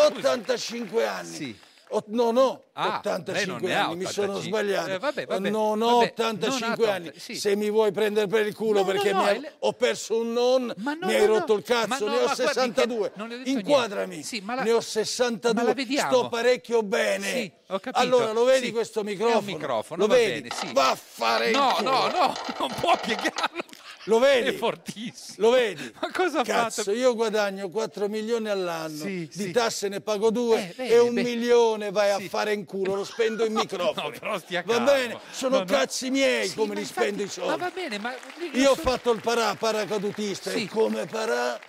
S3: ho 85 anni. Ho- non ho
S2: Ah,
S3: 85
S2: lei non ne ha
S3: anni, mi sono
S2: 85.
S3: sbagliato.
S2: Eh, vabbè, vabbè,
S3: non ho
S2: vabbè,
S3: 85
S2: non ha
S3: anni.
S2: ottanta- sì.
S3: Se mi vuoi prendere per il culo
S2: No, no,
S3: perché
S2: no,
S3: mi hai-
S2: è le-
S3: ho perso un non, mi hai
S2: no, no.
S3: rotto il
S2: Ma
S3: cazzo,
S2: no,
S3: ne ho
S2: ma guardi che
S3: 62.
S2: non le ho detto niente.
S3: Inquadrami,
S2: Sì, ma la-
S3: ne ho
S2: ma la
S3: 62.
S2: vediamo.
S3: Sto parecchio bene.
S2: Sì, ho capito.
S3: Allora, lo vedi
S2: Sì,
S3: questo
S2: è un
S3: microfono?
S2: microfono,
S3: lo
S2: va
S3: vedi?
S2: bene, sì.
S3: Va a fare il
S2: No,
S3: culo.
S2: no, no, non può piegarlo.
S3: Lo vedi?
S2: È fortissimo.
S3: Lo vedi?
S2: Ma cosa ha
S3: Cazzo,
S2: fatto?
S3: io guadagno 4 milioni all'anno,
S2: Sì,
S3: di
S2: sì.
S3: tasse ne pago 2
S2: Eh, bene,
S3: e un
S2: bene.
S3: milione vai a fare in culo, lo spendo in microfono.
S2: però stia
S3: va
S2: calmo.
S3: bene,
S2: No,
S3: sono
S2: no.
S3: cazzi miei
S2: Sì,
S3: Eh, come
S2: ma
S3: li
S2: infatti-
S3: spendo i
S2: Ma
S3: soldi.
S2: va bene, ma
S3: Io ho fatto il para- paracadutista
S2: Sì.
S3: e come parà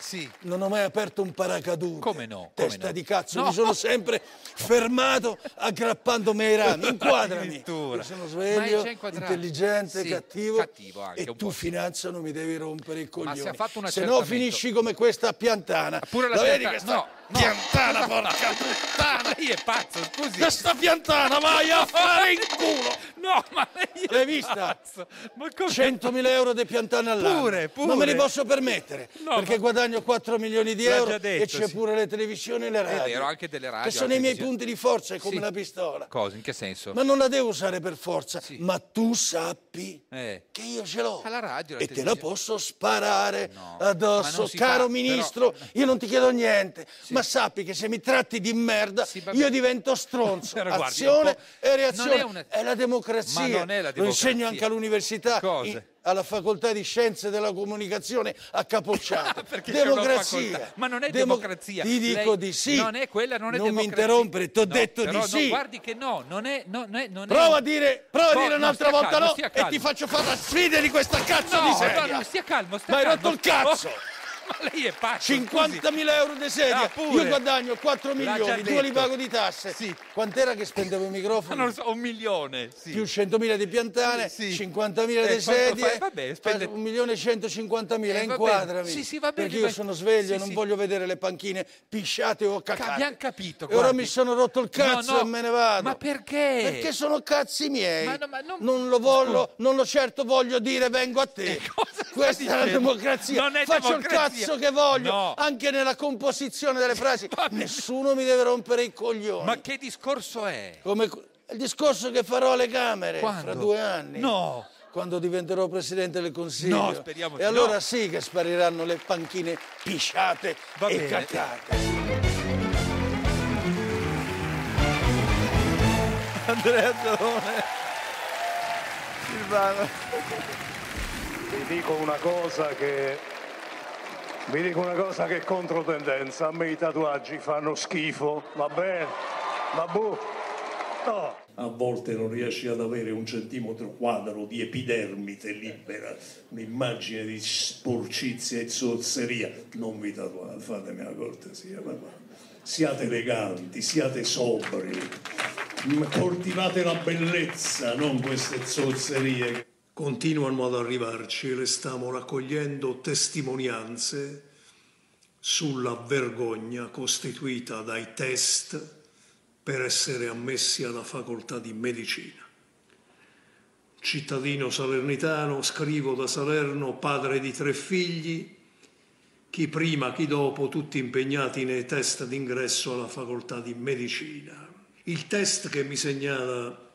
S3: non ho mai aperto un paracadute. Come
S2: no? Come
S3: Testa
S2: no?
S3: di cazzo,
S2: No.
S3: mi sono sempre fermato aggrappandomi ai rami. Inquadrami.
S2: Addirittura.
S3: Io sono
S2: Ma è già
S3: sveglio,
S2: inquadrato.
S3: intelligente,
S2: Sì,
S3: cattivo.
S2: cattivo anche, un
S3: e tu finanza non mi devi rompere il
S2: Ma
S3: coglione.
S2: se ha fatto un
S3: se no
S2: accertamento-
S3: finisci come questa piantana.
S2: Pure la
S3: La vedi
S2: pianta-
S3: questa
S2: no, no.
S3: piantana,
S2: Cosa
S3: porca
S2: fa?
S3: puttana?
S2: Lei è pazzo, scusi.
S3: Questa piantana vai a fare in culo!
S2: No, ma lei
S3: L'hai vista?
S2: Ma
S3: 100.000 euro di piantane all'anno.
S2: Pure, pure.
S3: Non me li posso permettere,
S2: No,
S3: perché guadagno 4 milioni di
S2: L'ha
S3: euro
S2: già detto,
S3: e c'è
S2: sì.
S3: pure le televisioni e le radio.
S2: È vero, anche delle radio.
S3: che sono
S2: anche
S3: i miei
S2: visioni-
S3: punti di forza, è come
S2: Sì.
S3: la pistola.
S2: Cosa, in che senso?
S3: Ma non la devo usare per forza, ma tu sappi
S2: Eh.
S3: che io ce l'ho.
S2: Alla radio, alla
S3: e te la posso sparare
S2: ma non
S3: addosso,
S2: si
S3: caro
S2: fa,
S3: ministro. Io non ti chiedo niente, ma sappi che se mi tratti di merda, io divento stronzo.
S2: Però guardi, un
S3: Azione
S2: po'-
S3: e reazione.
S2: non è una-
S3: la democrazia.
S2: Ma non è la
S3: Lo insegno
S2: democrazia.
S3: anche all'università,
S2: Cosa?
S3: in- alla facoltà di scienze della comunicazione a Capocciato.
S2: Perché c'è una facoltà.
S3: democrazia.
S2: Ma non è
S3: Demo-
S2: democrazia.
S3: Ti
S2: Lei-
S3: dico di sì.
S2: Non è quella, non è
S3: Non mi
S2: democrazia.
S3: interrompere, ti ho
S2: No,
S3: detto
S2: però
S3: di
S2: no,
S3: sì.
S2: guardi che no, non è... non è- non è-
S3: Prova a dire, prova a
S2: No,
S3: dire
S2: no,
S3: un'altra
S2: stia
S3: volta
S2: calmo,
S3: no
S2: stia
S3: e
S2: calmo.
S3: ti faccio fare la sfida di questa cazzo
S2: No,
S3: di sedia.
S2: no, no, stia calmo, stia
S3: Ma hai
S2: calmo.
S3: rotto il cazzo.
S2: Ma lei è pazzo. scusi.
S3: 50.000 euro di
S2: Ah,
S3: sedia,
S2: pure.
S3: io guadagno 4
S2: L'ha già
S3: milioni, tu
S2: detto.
S3: li pago di tasse. Quant'era che spendevo i
S2: Ma
S3: microfoni?
S2: non lo so, un milione. Sì.
S3: Più 100.000 di piantane, 50.000
S2: Eh,
S3: di
S2: quanto
S3: sedie,
S2: fai? Vabbè, spende-
S3: 1.150.000,
S2: Eh, va
S3: inquadrami.
S2: bene. Sì, sì, va bene,
S3: Perché io
S2: ma-
S3: sono sveglio
S2: sì,
S3: e non
S2: sì.
S3: voglio vedere le panchine pisciate o cacate.
S2: Abbiamo capito.
S3: E ora
S2: guardi.
S3: mi sono rotto il cazzo
S2: No, no,
S3: e me ne vado.
S2: ma perché?
S3: Perché sono cazzi miei.
S2: Ma
S3: non... lo voglio, non lo certo voglio dire vengo a te. Questa è la
S2: dicendo?
S3: democrazia.
S2: Non è
S3: Faccio
S2: democrazia.
S3: il cazzo che voglio,
S2: No.
S3: anche nella composizione delle frasi. Nessuno mi deve rompere i coglioni.
S2: Ma che discorso è?
S3: Come co- il discorso che farò alle Camere
S2: Quando?
S3: fra due anni.
S2: No.
S16: quando diventerò presidente del Consiglio.
S2: No, speriamo
S16: E
S2: di
S16: allora
S2: no.
S16: sì che spariranno le panchine pisciate
S2: Va
S16: e
S2: bene.
S16: cacate.
S3: Andrea Zalone. Silvano.
S7: Vi dico una cosa che. Vi dico una cosa che è controtendenza. A me i tatuaggi fanno schifo, va bene? Ma boh. No.
S12: A volte non riesci ad avere un centimetro quadro di epidermite libera, un'immagine di sporcizia e zozzeria. Non vi tatuate, fatemi una cortesia, ma va. siate eleganti, siate sobri, Mm, coltivate la bellezza, non queste zozzerie. Continuano ad arrivarci e le stiamo raccogliendo testimonianze sulla vergogna costituita dai test per essere ammessi alla facoltà di medicina. Cittadino salernitano, scrivo da Salerno, padre di tre figli, chi prima, chi dopo, tutti impegnati nei test d'ingresso alla facoltà di medicina. Il test che mi segnala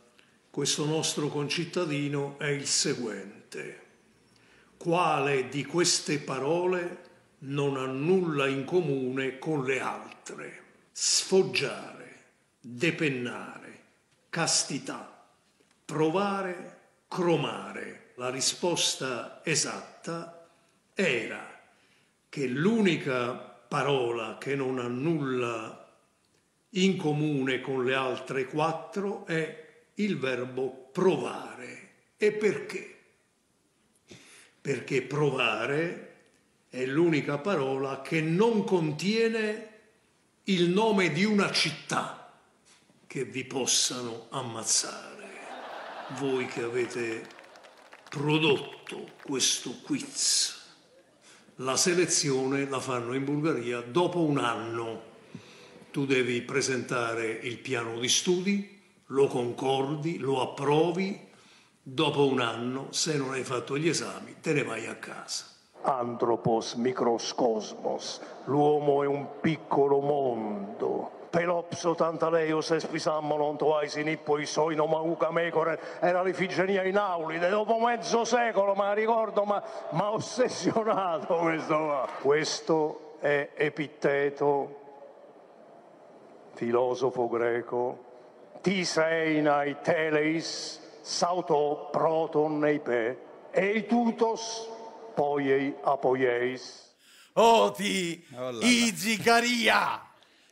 S12: questo nostro concittadino è il seguente. Quale di queste parole non ha nulla in comune con le altre? Sfoggiare depennare, castità, provare, cromare. La risposta esatta era che l'unica parola che non ha nulla in comune con le altre quattro è il verbo provare. E perché? Perché provare è l'unica parola che non contiene il nome di una città che vi possano ammazzare. Voi che avete prodotto questo quiz. La selezione la fanno in Bulgaria dopo un anno. Tu devi presentare il piano di studi, lo concordi, lo approvi. Dopo un anno, se non hai fatto gli esami, te ne vai a casa.
S7: Antropos microscosmos, l'uomo è un piccolo mondo. Pelopso tantaleios espisammolon toais in ippo isoino mauca mecore era l'ifigenia in aulide dopo mezzo secolo, ma ricordo, ma ma ossessionato questo qua. Questo è Epitteto, filosofo greco, tiseinai teleis, sauto proton eipe, eitutos poiei apoieis.
S3: Oti, Izigaria,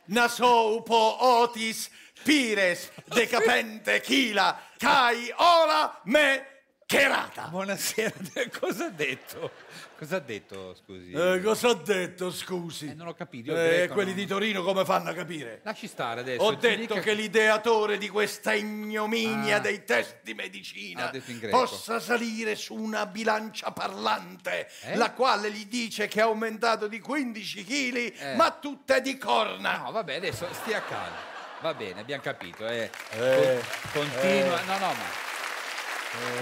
S3: Nasoupo Otis, Pires, Decapente, Chila, Kai, Ola, Me, Cherata.
S2: Buonasera, cosa ha detto? Cosa ha detto, scusi?
S16: Eh, cosa ho detto, scusi?
S2: non ho capito. io
S16: Eh,
S2: greco
S16: quelli
S2: non-
S16: di Torino come fanno a capire?
S2: Lasci stare adesso.
S3: Ho
S2: ti
S3: detto
S2: dica-
S3: che l'ideatore di questa ignominia
S2: Ah.
S3: dei test di medicina
S2: Ha detto in greco.
S3: possa salire su una bilancia parlante,
S2: Eh?
S3: la quale gli dice che ha aumentato di 15 kg,
S2: Eh.
S3: ma tutte di corna.
S2: No, vabbè, adesso stia calmo. Va bene, abbiamo capito. eh.
S3: Eh,
S2: Con- continua,
S3: eh.
S2: no, no, ma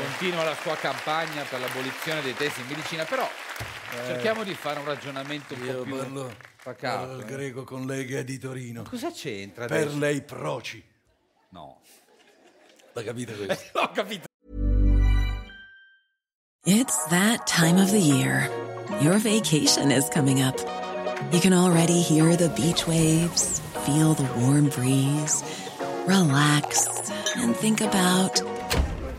S2: continua la sua campagna per l'abolizione dei test in medicina, però
S3: Eh.
S2: cerchiamo di fare un ragionamento un po' più
S16: parlo-
S2: pacato,
S16: parlo il
S2: eh.
S16: greco con lei che è di Torino.
S2: Cosa c'entra
S16: Per
S2: adesso?
S16: lei proci.
S2: No.
S16: L'ha capito questo?
S2: Ho capito.
S17: It's that time of the year. Your vacation is coming up. You can already hear the beach waves, feel the warm breeze, relax, and think about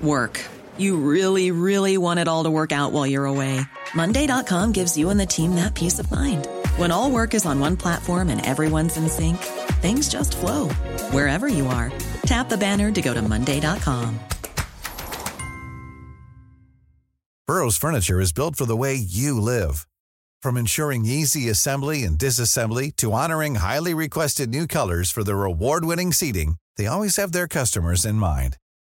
S17: work. You really, really want it all to work out while you're away. Monday.com gives you and the team that peace of mind. When all work is on one platform and everyone's in sync, things just flow wherever you are. Tap the banner to go to Monday.com.
S18: Burrow's furniture is built for the way you live. From ensuring easy assembly and disassembly to honoring highly requested new colors for their award-winning seating, they always have their customers in mind.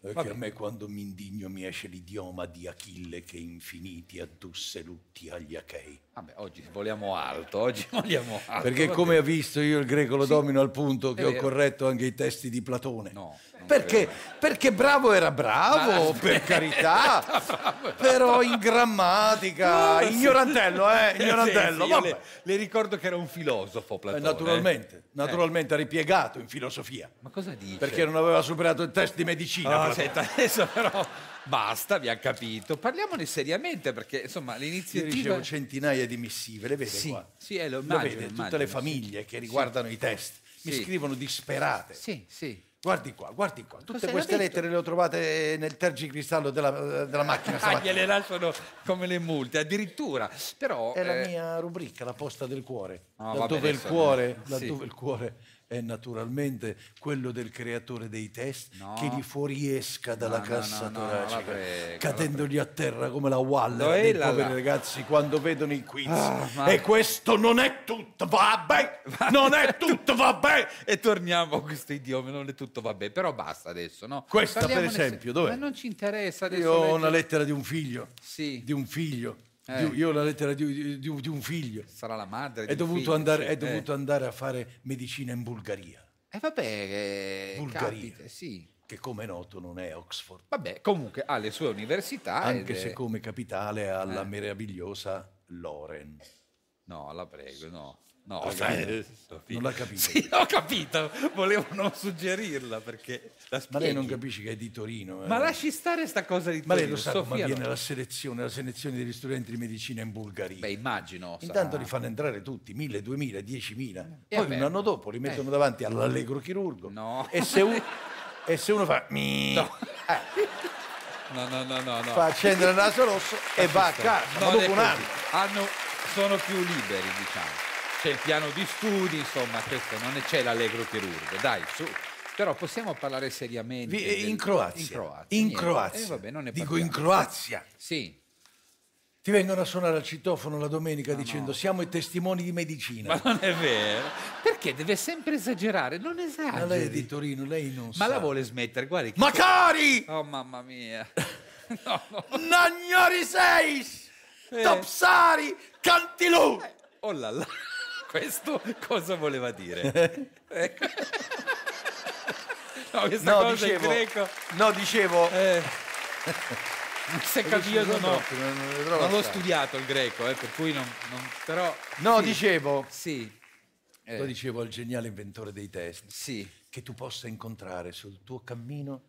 S3: Perché a me quando mi indigno mi esce l'idioma di Achille che infiniti addusse lutti agli Achei.
S2: Vabbè, oggi voliamo alto, oggi voliamo alto.
S3: Perché
S2: va
S3: come
S2: bene.
S3: ha visto io il greco lo
S2: Sì.
S3: domino al punto che
S2: È
S3: ho
S2: vero.
S3: corretto anche i testi di Platone.
S2: No.
S3: Perché? Perché bravo era bravo,
S2: Ma-
S3: per carità, però in grammatica,
S2: No, sì.
S3: ignorantello, eh,
S2: Sì,
S3: ignorantello.
S2: sì, io le,
S3: vabbè.
S2: le ricordo che era un filosofo Platone.
S3: naturalmente,
S2: eh.
S3: naturalmente ha ripiegato in filosofia.
S2: Ma cosa dice?
S3: Perché non aveva superato il test di medicina.
S2: Oh,
S3: Platone.
S2: senta, adesso però basta, abbiamo capito. Parliamone seriamente perché insomma
S3: Io ricevo
S2: l'iniziativa...
S3: centinaia di missive, le vede
S2: Sì,
S3: qua?
S2: sì, eh, lo
S3: Lo
S2: immagino,
S3: vede, tutte
S2: immagino,
S3: le
S2: sì.
S3: famiglie che riguardano i test. Mi
S2: Sì.
S3: scrivono disperate.
S2: Sì, sì.
S3: Guardi qua, guardi qua. Tutte
S2: Cos'era
S3: queste
S2: detto?
S3: lettere le ho trovate nel tergicristallo della, della macchina
S2: Ah,
S3: stamattina.
S2: gliele lasciano come le multe, addirittura. Però...
S3: È la
S2: eh,
S3: mia rubrica, la posta del cuore.
S2: Ah,
S3: laddove,
S2: vabbè,
S3: il
S2: adesso-
S3: cuore
S2: sì.
S3: laddove il cuore è naturalmente quello del creatore dei test
S2: No.
S3: che li fuoriesca dalla
S2: No, no,
S3: cassa
S2: no, no, la
S3: toracica,
S2: prego, la
S3: cadendogli a terra come la walla
S2: Lo è
S3: dei
S2: la-
S3: poveri
S2: la-
S3: ragazzi quando vedono i quiz.
S2: Ah, ma-
S3: E questo non è tutto, vabbè! Non è tutto, vabbè!
S2: E torniamo a questo idioma, non è tutto vabbè, però basta adesso, no?
S3: Questa, per
S2: Parliamone se-
S3: esempio, dov'è?
S2: Ma non ci interessa adesso.
S3: Io ho una
S2: leggere.
S3: lettera di un figlio. Di un figlio.
S2: Eh.
S3: Di- Io ho la lettera di, di- di un figlio.
S2: Sarà la madre.
S3: È dovuto, andare, è
S2: eh.
S3: dovuto andare a fare medicina in Bulgaria.
S2: E vabbè, eh,
S3: Bulgaria.
S2: capita, sì.
S3: Che come è noto non è Oxford.
S2: Vabbè, comunque ha le sue università.
S3: Anche
S2: ed è-
S3: se come capitale ha la
S2: Eh.
S3: meravigliosa Loren.
S2: No, la prego, no. No,
S3: Cos'è?
S2: ragazzi,
S3: Non l'ha capito.
S2: Sì, ho capito. Volevo non suggerirla perché la
S3: Ma lei
S2: spieghi.
S3: non capisce che è di Torino. eh.
S2: Ma lasci stare sta cosa di
S3: Ma lei
S2: Torino,
S3: lo sa come
S2: Sofia,
S3: avviene
S2: no.
S3: la selezione, la selezione degli studenti di medicina in Bulgaria.
S2: Beh, immagino.
S3: Intanto
S2: sarà-
S3: li fanno entrare tutti, 1000, 2000, 10.000.
S2: Eh,
S3: Poi
S2: vabbè. Eh.
S3: un anno dopo li mettono davanti all'allegro chirurgo. E, se u- e se uno fa... "Mi",
S2: No, no, no, no. no.
S3: Fa accendere il naso rosso e va a casa. ma
S2: Non
S3: dopo
S2: è
S3: un
S2: così.
S3: anno.
S2: Hanno- sono più liberi, diciamo. C'è il piano di studi, insomma, questo non è- c'è l'allegro chirurgo. Dai, su. Però possiamo parlare seriamente.
S3: Vi- eh,
S2: del-
S3: in Croazia.
S2: In Croazia.
S3: In
S2: niente.
S3: Croazia.
S2: Eh, vabbè, non ne
S3: Dico in
S2: parliamo.
S3: Croazia.
S2: Sì.
S3: Ti vengono a suonare al citofono la domenica dicendo siamo i testimoni di medicina.
S2: Ma non è vero. Perché deve sempre esagerare? Non esageri.
S3: Ma lei è di Torino, lei non
S2: Ma
S3: sa.
S2: la vuole smettere, guarda. che-
S3: Macari!
S2: Oh, mamma mia.
S3: Nagnori Seis!
S2: Eh.
S3: Topsari! Cantilù!
S2: Oh là là. Questo cosa voleva dire? Ecco. No, questa cosa in greco
S3: No, dicevo...
S2: non si è
S3: Lo
S2: capito,
S3: dicevo
S2: no.
S3: troppo, non- non ne trovo
S2: Non l'ho
S3: assai.
S2: studiato il greco, eh, per cui non... non- però...
S3: No,
S2: sì.
S3: dicevo...
S2: Sì. Eh.
S3: Lo dicevo al geniale inventore dei test.
S2: Sì. Eh.
S3: Che tu possa incontrare sul tuo cammino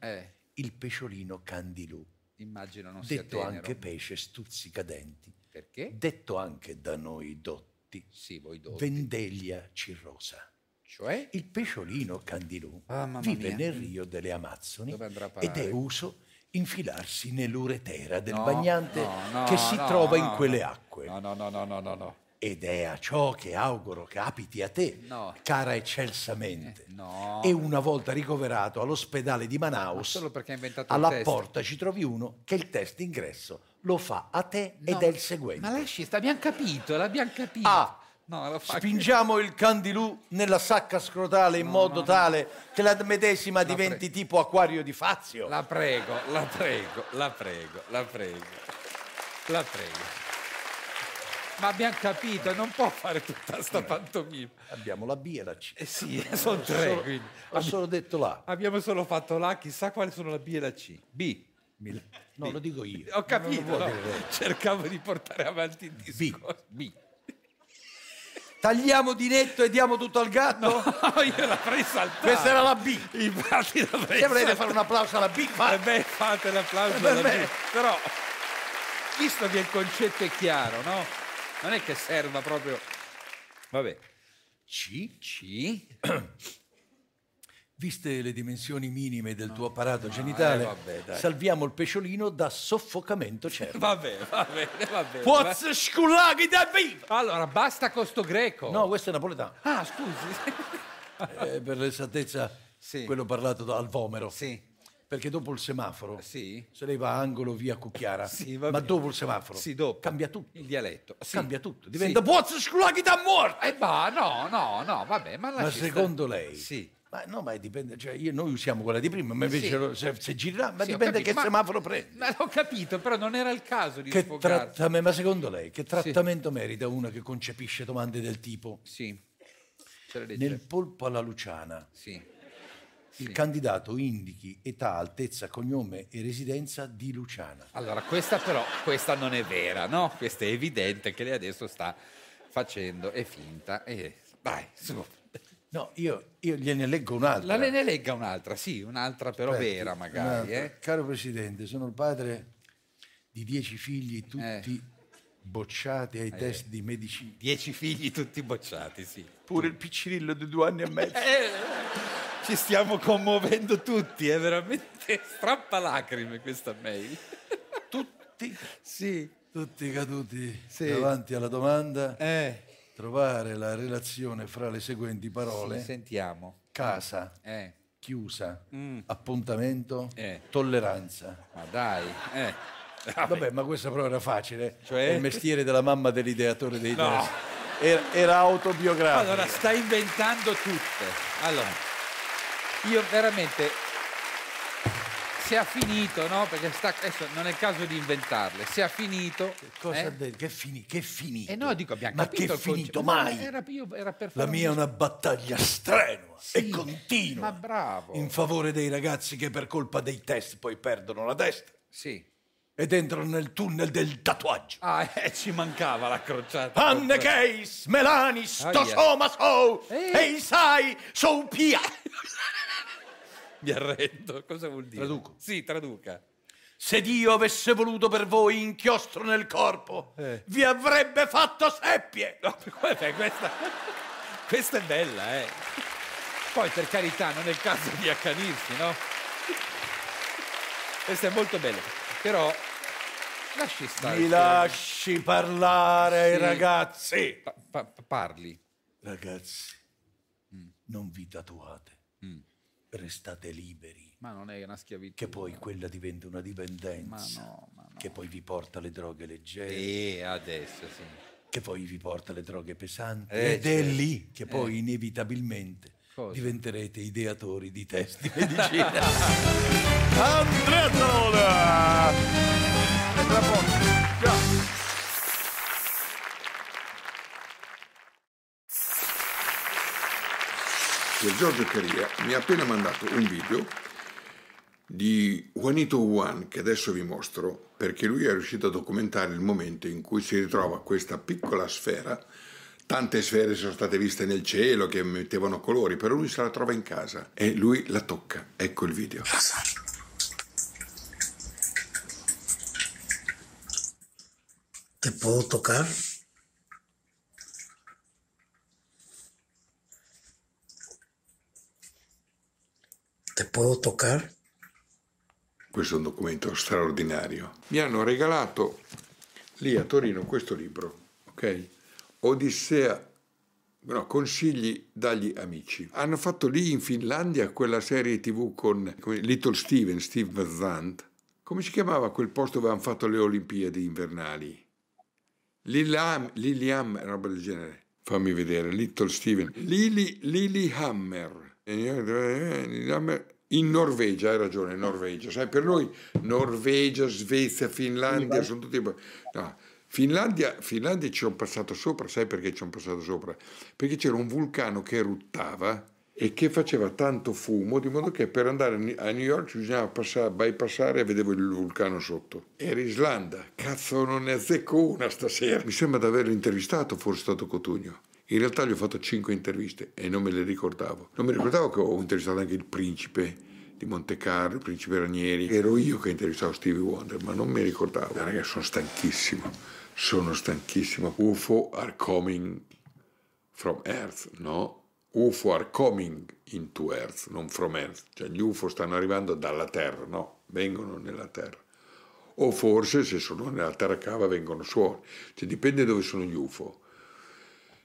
S3: il pesciolino Candilù.
S2: Immagino non sia
S3: Detto
S2: tenero.
S3: anche pesce stuzzicadenti.
S2: Perché?
S3: Detto anche da noi dotti.
S2: Sì, voi dotti.
S3: Vendeglia cirrosa.
S2: Cioè?
S3: Il pesciolino Candilù
S2: Ah, mamma
S3: vive
S2: mia.
S3: nel rio delle Amazzoni
S2: Dove andrà a
S3: ed
S2: parare?
S3: è uso infilarsi nell'uretera del
S2: No,
S3: bagnante
S2: no, no,
S3: che si
S2: no,
S3: trova
S2: no,
S3: in quelle
S2: no.
S3: acque.
S2: No, no, no, no, no, no, no.
S3: Ed è a ciò che auguro capiti a te,
S2: No.
S3: cara eccelsamente.
S2: Eh, No.
S3: E una volta ricoverato all'ospedale di
S2: Ma
S3: Manaus,
S2: solo perché ha inventato il
S3: alla
S2: test.
S3: porta ci trovi uno che il test ingresso lo fa a te ed è il seguente.
S2: Ma lasci, sta- abbiamo capito, l'abbiamo capito.
S3: Ah,
S2: No, lo fa
S3: Spingiamo il candilù nella sacca scrotale in modo tale che la medesima diventi tipo acquario di Fazio.
S2: La prego, la prego, la prego, la prego, la prego. Ma abbiamo capito, non può fare tutta sta pantomima.
S3: Abbiamo la B e la C.
S2: Eh sì, sono tre,
S3: solo-
S2: quindi.
S3: Ho solo detto là.
S2: Abbiamo solo fatto la, chissà quali sono la B e la C. B.
S3: No, lo dico io.
S2: Ho capito,
S3: Non
S2: no?
S3: lo vuol dire lei.
S2: cercavo di portare avanti il discorso. B.
S3: Tagliamo di netto e diamo tutto al gatto?
S2: No, io l'avrei saltata.
S3: Questa era la B.
S2: Infatti l'avrei
S3: Se volete
S2: saltata.
S3: fare un applauso alla B,
S2: Eh
S3: fate.
S2: beh, fate l'applauso
S3: Eh, per
S2: alla
S3: me.
S2: B. Però, visto che il concetto è chiaro, no? Non è che serva proprio... Vabbè.
S3: C.
S2: C.
S3: Viste le dimensioni minime del tuo apparato genitale,
S2: eh, vabbè, dai.
S3: salviamo il pesciolino da soffocamento certo. cervo.
S2: Vabbè, va bene, va bene.
S3: Pozzo sculaghi da vivo!
S2: Allora, basta con sto greco.
S3: No, questo è napoletano.
S2: Ah, scusi.
S3: Eh, per l'esattezza, quello parlato da Alvomero. Perché dopo il semaforo, se lei va a angolo via Cucchiara,
S2: Sì, va
S3: ma
S2: bene.
S3: dopo il semaforo,
S2: Sì, dopo.
S3: cambia tutto.
S2: Il dialetto. Sì.
S3: Cambia tutto,
S2: Sì.
S3: diventa pozzo sculaghi da morto!
S2: Eh, bah, no, no, no, vabbè, ma
S3: Ma
S2: lasci stare.
S3: secondo lei,
S2: Sì. Eh,
S3: Ma no, ma dipende, cioè io- noi usiamo quella di prima, ma
S2: Sì.
S3: invece lo- se, se girerà, ma
S2: Sì, ho
S3: dipende
S2: capito,
S3: che semaforo prende.
S2: Ma l'ho capito, però non era il caso di
S3: Che
S2: sfogarsi.
S3: trattamento, ma secondo lei che trattamento merita una che concepisce domande del tipo?
S2: Sì. Cioè,
S3: Nel polpo alla Luciana. Il candidato indichi età, altezza, cognome e residenza di Luciana.
S2: Allora, questa però, questa non è vera, no? Questa è evidente che lei adesso sta facendo, è finta. E... Dai, su.
S3: No, io, io gliene leggo un'altra.
S2: La ne ne legga un'altra, sì, un'altra però
S3: Aspetti,
S2: vera magari,
S3: un'altra.
S2: eh?
S3: Caro Presidente, sono il padre di dieci figli, tutti bocciati ai
S2: Eh.
S3: test di medicina.
S2: Dieci figli tutti bocciati, sì. Eh,
S3: Pure il piccirillo di due anni e mezzo.
S2: Ci stiamo commuovendo tutti, è veramente strappa lacrime questa mail.
S3: Tutti? Sì. Tutti caduti
S2: Sì. Eh.
S3: davanti alla domanda. Trovare la relazione fra le seguenti parole.
S2: Sì, sentiamo.
S3: Casa,
S2: Eh.
S3: chiusa,
S2: Mm.
S3: appuntamento,
S2: Eh.
S3: tolleranza.
S2: Ma dai, eh.
S3: Vabbè, ma questa però era facile.
S2: Cioè?
S3: È il mestiere della mamma dell'ideatore dei
S2: No.
S3: test. Era, era autobiografico.
S2: Allora, sta inventando tutte. Allora, io veramente... Se ha finito, no? Perché sta, adesso non è il caso di inventarle. Se ha finito...
S3: Cosa
S2: eh?
S3: ha detto? Che è fini- che è finito?
S2: Eh no, dico, abbiamo
S3: Ma
S2: capito
S3: che è
S2: il concetto.
S3: finito
S2: No, ma
S3: mai?
S2: Era, io- era per
S3: La
S2: fare
S3: mia è
S2: un-
S3: una battaglia strenua e continua.
S2: Ma bravo.
S3: in favore dei ragazzi che per colpa dei test poi perdono la testa.
S2: Sì.
S3: Ed entrano nel tunnel del tatuaggio.
S2: Ah, eh, ci mancava la crociata.
S3: Anne Case, Melanis,
S2: Aia.
S3: Tosoma So, Eisai, Sai, Soupia.
S2: Mi arrendo. Cosa vuol dire? Traduco. Sì, traduca.
S3: Se Dio avesse voluto per voi inchiostro nel corpo, vi avrebbe fatto seppie.
S2: Vabbè, questa, questa è bella, eh. Poi, per carità, non è il caso di accanirsi, no? Questa è molto bella. Però, lasci stare.
S3: Mi lasci parlare ai
S2: Sì.
S3: ragazzi.
S2: Pa- pa- parli. Mm.
S3: Ragazzi, non vi tatuate. Restate liberi.
S2: Ma non è una schiavitù. eh.
S3: Che poi quella diventa una dipendenza.
S2: Ma no, ma no.
S3: Che poi vi porta alle droghe leggere.
S2: Eh, adesso sì.
S3: Che poi vi porta alle droghe pesanti.
S2: Eh,
S3: Ed è
S2: certo.
S3: lì che poi
S2: Eh.
S3: inevitabilmente
S2: Cosa?
S3: diventerete ideatori di test di medicina. Andrea Zola! E tra poco, già.
S19: Pier Giorgio Caria mi ha appena mandato un video di Juanito Juan che adesso vi mostro perché lui è riuscito a documentare il momento in cui si ritrova questa piccola sfera. Tante sfere sono state viste nel cielo che mettevano colori, però lui se la trova in casa e lui la tocca. Ecco il video.
S20: ¿Te puedo tocar? ¿Te puedo tocar?
S19: Questo è un documento straordinario. Mi hanno regalato lì a Torino questo libro, ok? Odissea, no, consigli dagli amici. Hanno fatto lì in Finlandia quella serie tv con come- Little Steven, Steve Zand. Come si chiamava quel posto dove hanno fatto le Olimpiadi invernali? Liliam, Liliam, roba del genere. Fammi vedere, Little Steven. Lili, Lili Hammer. In Norvegia, hai ragione, Norvegia. Sai, per noi Norvegia, Svezia, Finlandia, sono tutti... No, Finlandia, Finlandia ci ho passato sopra, sai perché ci ho passato sopra? Perché c'era un vulcano che eruttava e che faceva tanto fumo, di modo che per andare a Ni- a New York ci bisognava passare, bypassare e vedevo il vulcano sotto. Era Islanda, cazzo non ne azzecco Ecco una stasera. Mi sembra di averlo intervistato, forse è stato Cotugno. In realtà gli ho fatto cinque interviste e non me le ricordavo. Non mi ricordavo che ho intervistato anche il principe di Monte Carlo, il principe Ranieri. Ero io che intervistavo Stevie Wonder, ma non mi ricordavo. Ma Ragazzi, sono stanchissimo, sono stanchissimo. UFO are coming from Earth, no? UFO are coming into Earth, non from Earth. Cioè gli UFO stanno arrivando dalla Terra, no? Vengono nella Terra. O forse se sono nella Terra cava vengono suoni. Cioè dipende dove sono gli UFO.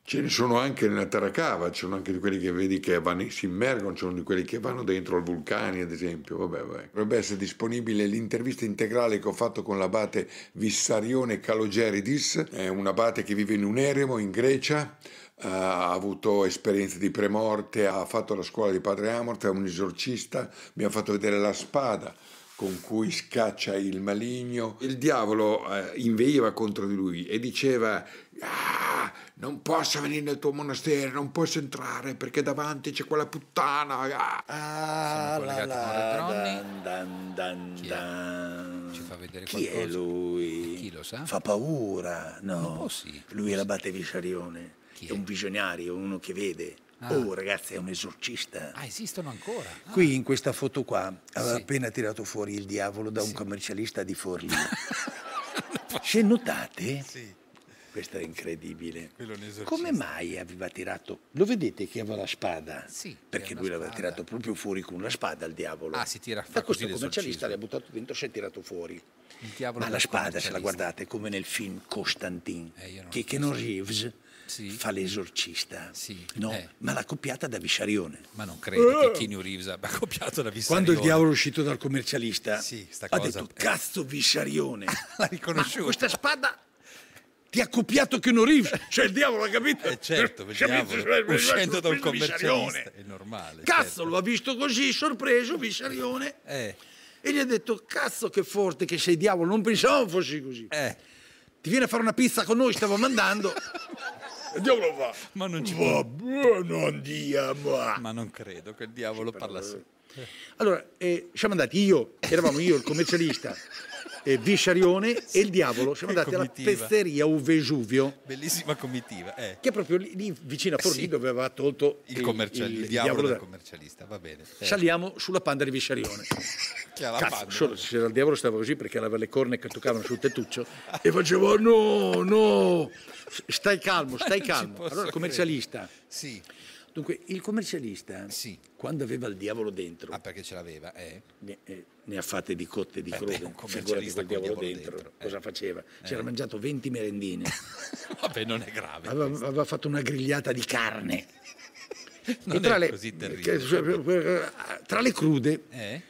S19: Ce ne sono anche nella Terracava, ci sono anche di quelli che vedi che vanno- si immergono, ci sono di quelli che vanno dentro al vulcani, ad esempio. Vabbè, vabbè. Dovrebbe essere disponibile l'intervista integrale che ho fatto con l'abate Vissarione Calogeridis, è un abate che vive in un eremo in Grecia. eh, ha avuto esperienze di premorte, ha fatto la scuola di padre Amorth, è un esorcista, mi ha fatto vedere la spada con cui scaccia il maligno. Il diavolo eh, inveiva contro di lui e diceva "Ah, non posso venire nel tuo monastero, non posso entrare perché davanti c'è quella puttana. Ah,
S3: la, la,
S19: Retroni.
S3: dan, dan, dan, dan. Ci fa vedere Chi è
S19: qualcosa?
S3: lui?
S2: Chi lo sa?
S3: Fa paura,
S2: Un
S3: no?
S2: po' sì.
S3: Lui è l'abate Visciarione, è? un visionario, uno che vede.
S2: Ah.
S3: Oh ragazzi, è un esorcista.
S2: Ah, esistono ancora. Ah,
S3: Qui in questa foto qua aveva appena tirato fuori il diavolo da un commercialista di Forlì. Se notate, questo è incredibile. Come mai aveva tirato? Lo vedete che aveva la spada?
S2: Sì,
S3: Perché lui l'aveva tirato proprio fuori con una spada il diavolo.
S2: Ah, si tira fa
S3: Ma
S2: così
S3: questo
S2: l'esorcismo.
S3: commercialista l'ha buttato dentro e si è tirato fuori.
S2: Ah, Il diavolo
S3: Ma la
S2: del
S3: spada, se
S2: commercialista.
S3: la
S2: Eh,
S3: guardate, come nel film Constantine,
S2: non
S3: che
S2: l'ho
S3: Keanu
S2: visto.
S3: Reeves fa l'esorcista, no?
S2: eh.
S3: Ma l'ha copiata da Eh. Visciarione.
S2: Ma non credo che Keanu Reeves abbia copiato la vista
S3: Quando il diavolo è uscito dal commercialista,
S2: sta
S3: ha
S2: cosa-
S3: detto: Cazzo, Visciarione!
S2: L'ha riconosciuto.
S3: Ma questa spada ti ha copiato che non rivi. Cioè, il diavolo ha capito? Eh,
S2: certo, il
S3: cioè,
S2: diavolo, uscendo da un commercialista, è normale. certo. Eh.
S3: Cazzo, lo ha visto così, sorpreso, Visciarione. E gli ha detto: Cazzo, che forte che sei, diavolo! Non pensavo fossi così.
S2: Eh.
S3: Ti viene a fare una pizza con noi, stavo mandando. E il diavolo va.
S2: Ma non ci può.
S3: Vabbè, non andiamo. a-"
S2: Ma non credo che il diavolo parlasse.
S3: Allora, eh, siamo andati io, eravamo io, il commercialista, eh, Visciarione e il diavolo, siamo
S2: che
S3: andati alla
S2: comitiva.
S3: pezzeria U Vesuvio,
S2: Bellissima comitiva, eh.
S3: che è proprio lì, lì vicino a Forlì
S2: Sì.
S3: dove aveva tolto
S2: Il, commercial- il diavolo del
S3: da-
S2: commercialista, va bene. Eh.
S3: Saliamo sulla panda di Visciarione.
S2: Chi ha la
S3: Cazzo,
S2: panna?
S3: solo se il diavolo stava così perché aveva le corna che toccavano sul tettuccio e facevo "Oh, no, no, stai calmo, stai
S2: Non ci
S3: calmo.
S2: posso
S3: Allora il commercialista.
S2: Sì.
S3: Dunque il commercialista quando aveva il diavolo dentro...
S2: Ah, perché ce l'aveva, eh.
S3: Ne, eh, ne ha fatte di cotte e di
S2: Eh beh,
S3: crude,
S2: un
S3: figurati
S2: commercialista
S3: col diavolo
S2: col diavolo
S3: dentro,
S2: dentro,
S3: cosa faceva? Si era
S2: Eh.
S3: mangiato 20 merendine,
S2: Vabbè, non è grave.
S3: aveva, aveva fatto una grigliata di carne.
S2: Non
S3: e tra
S2: è
S3: le,
S2: così
S3: che- cioè, eh,
S2: terribile.
S3: tra le crude
S2: Eh?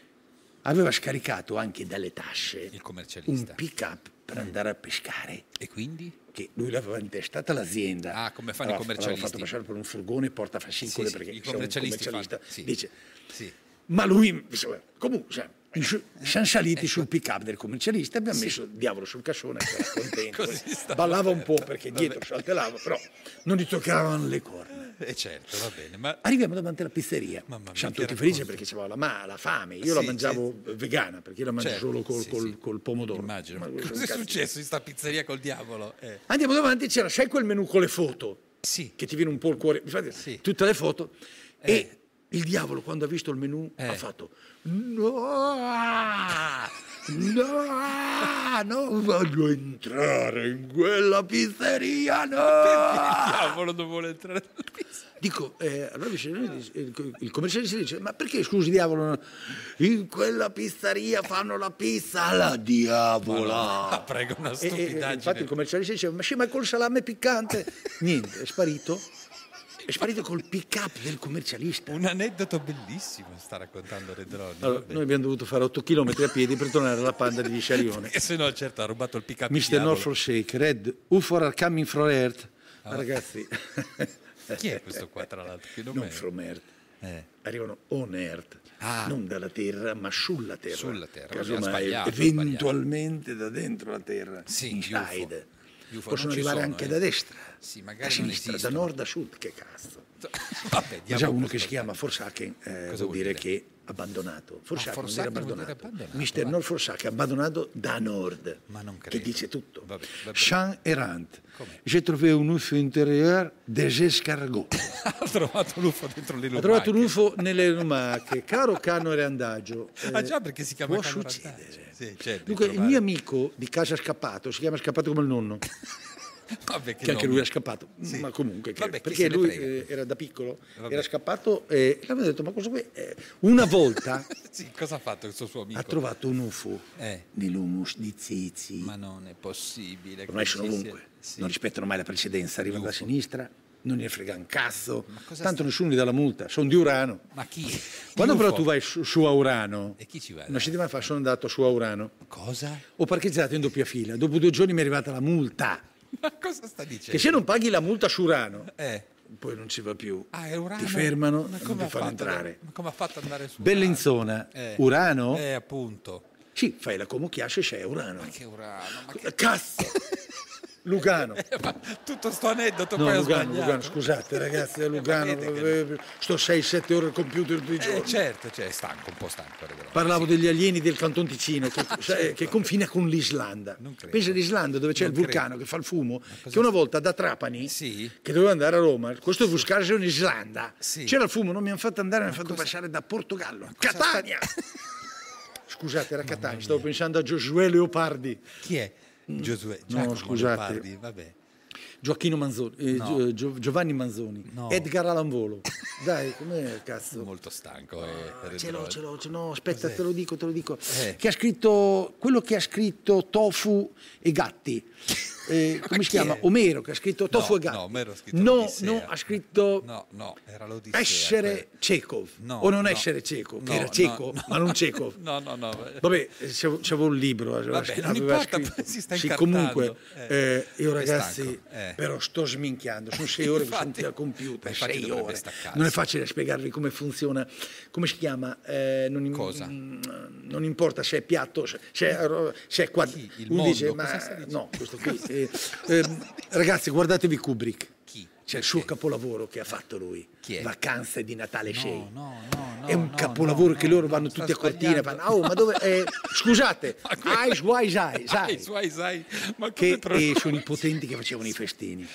S3: aveva scaricato anche dalle tasce
S2: Il
S3: un
S2: commercialista. Mm.
S3: pick up per andare a pescare.
S2: E quindi?
S3: Che lui l'aveva intestata l'azienda.
S2: Ah, come fanno i
S3: Allora, l'aveva
S2: commercialisti.
S3: fatto passare per un furgone porta fascicole
S2: Sì, sì,
S3: perché
S2: i
S3: se un
S2: commercialisti
S3: commercialista
S2: fanno- sì.
S3: dice
S2: Sì.
S3: ma lui, insomma, comunque, cioè, in su-
S2: Eh.
S3: siamo saliti sul pick up del commercialista e abbiamo messo il diavolo sul cassone, che era contento. eh. Ballava un po' perché dietro saltellava, però non gli toccavano le corna.
S2: Eh certo, va bene, ma
S3: Arriviamo davanti alla pizzeria.
S2: Mamma mia,
S3: Siamo
S2: che
S3: tutti
S2: racconto.
S3: felici perché c'aveva la, ma- la fame. Io la
S2: Ah, Sì,
S3: mangiavo vegana perché io la mangio
S2: Certo,
S3: solo col,
S2: sì,
S3: col-
S2: sì.
S3: col pomodoro. Ma-
S2: cosa è
S3: cazzo.
S2: successo in sta pizzeria col diavolo? Eh.
S3: Andiamo davanti, c'era, sai quel menu con le foto? Che ti viene un po' il cuore, infatti, tutte le foto.
S2: Eh.
S3: E il diavolo, quando ha visto il menu, ha fatto: No, Ah, no, non voglio entrare in quella pizzeria. No,
S2: Perché il diavolo non vuole entrare?
S3: Dico, eh, allora dice- il il commercialista dice: Ma perché scusi, diavolo? no? In quella pizzeria fanno la pizza alla diavola.
S2: Ma Ah, prego, una
S3: E- e- e
S2: stupidaggine.
S3: infatti il commercialista diceva: Ma sì, ma col salame piccante. Niente, è sparito. È sparito col pick up del commercialista.
S2: Un aneddoto bellissimo sta raccontando Redroni.
S3: Allora, noi abbiamo dovuto fare 8 km a piedi per tornare alla panda di Visciarione.
S2: E se no, certo, ha rubato il pick up
S3: Mr. North Forsake, Red, UFO are coming from Earth. Ma
S2: Ah.
S3: Ragazzi,
S2: Chi è questo qua, tra l'altro? Che
S3: non,
S2: nome è?
S3: from Earth.
S2: Eh.
S3: Arrivano on Earth,
S2: Ah.
S3: non dalla Terra, ma sulla Terra.
S2: Sulla Terra,
S3: Casomai,
S2: abbiamo sbagliato,
S3: eventualmente da dentro la Terra.
S2: Sì,
S3: inside.
S2: gli UFO non
S3: Possono
S2: ci
S3: arrivare
S2: sono,
S3: anche
S2: eh.
S3: da destra,
S2: Sì,
S3: da
S2: magari non
S3: sinistra, da
S2: esistono.
S3: nord a sud. Che cazzo.
S2: Vabbè,
S3: Ma
S2: diamo
S3: Già uno
S2: uno
S3: che si chiama Forsaken eh, vuol,
S2: vuol
S3: dire,
S2: dire?
S3: che abbandonato. Forsaken, vuol dire
S2: Forsaken vuol dire
S3: abbandonato.
S2: abbandonato, eh.
S3: Mister Nord Forsaken abbandonato da nord.
S2: Ma non
S3: Che
S2: credo.
S3: dice tutto.
S2: Vabbè, vabbè.
S3: Jean Errant. J'ai trouvé un UFO intérieur des escargots.
S2: ha trovato l'UFO dentro le
S3: Ho
S2: lumache.
S3: trovato un UFO nelle lumache. Caro canore andagio. eh,
S2: Ah già, perché si chiama
S3: può
S2: Cano
S3: succedere.
S2: Randazzo. Sì, certo.
S3: Dunque, il
S2: trovare-
S3: mio amico di casa scappato si chiama Scappato come il nonno,
S2: Vabbè,
S3: che, anche
S2: nome.
S3: lui è scappato. Ma comunque, che-
S2: Vabbè, chi
S3: perché
S2: se ne
S3: lui
S2: frega.
S3: eh, era da piccolo,
S2: Vabbè.
S3: era scappato e e avevano detto: Ma cosa vuoi? Eh, Una volta
S2: Sì, cosa ha fatto questo suo amico?
S3: ha trovato un UFO
S2: Eh.
S3: nell'humus di Zizi.
S2: Ma non è possibile. che
S3: Ormai sono
S2: ci sia-
S3: ovunque,
S2: Sì.
S3: non rispettano mai la precedenza, arrivano da sinistra, non gliene frega un cazzo, tanto nessuno gli dà la multa, sono di Urano.
S2: Ma chi?
S3: Quando
S2: Di
S3: però
S2: UFO.
S3: tu vai su, su a Urano,
S2: E chi ci va?
S3: una settimana fa sono andato su a Urano,
S2: Cosa?
S3: ho parcheggiato in doppia fila, dopo due giorni mi è arrivata la multa,
S2: Ma cosa sta dicendo?
S3: che se non paghi la multa su Urano,
S2: Eh.
S3: poi non ci va più,
S2: Ah, è Urano.
S3: ti fermano
S2: Ma
S3: e non
S2: come
S3: ti
S2: ha
S3: fanno
S2: fatto-
S3: entrare.
S2: Ma come ha fatto ad andare su?
S3: Bellenzona,
S2: Eh.
S3: Urano?
S2: Eh, appunto.
S3: Sì, fai la Como Chiasce, c'è Urano.
S2: Ma che Urano? Ma che...
S3: Cazzo! Lugano.
S2: Tutto sto aneddoto
S3: No,
S2: poi ho
S3: Lugano,
S2: sbagliato.
S3: Lugano, scusate ragazzi, a Lugano, eh, sto 6-7 ore al computer tutti i giorni.
S2: Eh, certo, cioè, è stanco, un po' stanco. arriverò.
S3: Parlavo degli alieni del Canton Ticino che, sai, che confina con l'Islanda. Pensa all'Islanda dove c'è
S2: Non
S3: il vulcano
S2: credo.
S3: che fa il fumo, che una volta da Trapani, che doveva andare a Roma, questo vulcano c'era in Islanda,
S2: Sì.
S3: c'era il fumo, non mi hanno fatto andare, mi hanno fatto passare da Portogallo a Catania. Scusate, era Catania, stavo pensando a Giosuè Leopardi.
S2: Chi è? Giosuè, Giacomo
S3: Mm. no, scusate.
S2: Leopardi, vabbè.
S3: Gioacchino Manzoni, eh,
S2: No.
S3: Gio- Gio- Giovanni Manzoni,
S2: No.
S3: Edgar Alanvolo. Dai, com'è cazzo?
S2: Molto stanco. eh,
S3: Ce l'ho,
S2: Redraw.
S3: ce l'ho, ce l'ho, aspetta, te lo dico, te lo dico.
S2: Eh.
S3: Che ha scritto quello che ha scritto Tofu e Gatti. Eh, come si
S2: chi
S3: chiama?
S2: è?
S3: Omero che ha scritto Tofu
S2: No,
S3: e Gatti.
S2: no, Omero ha scritto
S3: No,
S2: l'Odissea.
S3: no, ha scritto
S2: Eh, No, no, era l'Odissea.
S3: essere
S2: quel-
S3: cieco
S2: cioè- No,
S3: o non
S2: no.
S3: essere cieco,
S2: No,
S3: che era
S2: no,
S3: cieco,
S2: no.
S3: ma non cieco.
S2: No, no, no.
S3: Vabbè, eh, c'avevo c'avevo un libro, eh, aveva
S2: Vabbè,
S3: scritto-
S2: non
S3: aveva
S2: importa,
S3: scritto.
S2: si sta
S3: sì,
S2: incartando.
S3: comunque,
S2: Eh,
S3: eh, io
S2: è
S3: ragazzi,
S2: stanco, eh.
S3: però sto sminchiando, sono sei ore che sono qui al computer,
S2: infatti
S3: sei
S2: dovrebbe
S3: ore.
S2: staccarsi.
S3: Non è facile spiegarvi come funziona, come si chiama, eh, non, im-
S2: Cosa?
S3: non importa se è piatto, se se è, ro- se è quadro.
S2: Il
S3: Uno
S2: mondo?
S3: dice,
S2: Cosa
S3: ma
S2: sta dicendo?
S3: no, questo qui. eh, ehm, ragazzi, guardatevi Kubrick.
S2: Chi?
S3: C'è il suo capolavoro che ha fatto lui, Vacanze di Natale 6. è un
S2: no,
S3: capolavoro che loro vanno tutti a cortina,
S2: sbagliando.
S3: fanno, "Ah, oh, ma dove... eh, scusate, Eyes Wise Eyes,
S2: Sai, sai, sai. Ma come
S3: che
S2: trovi-
S3: eh, sono i potenti che facevano i festini.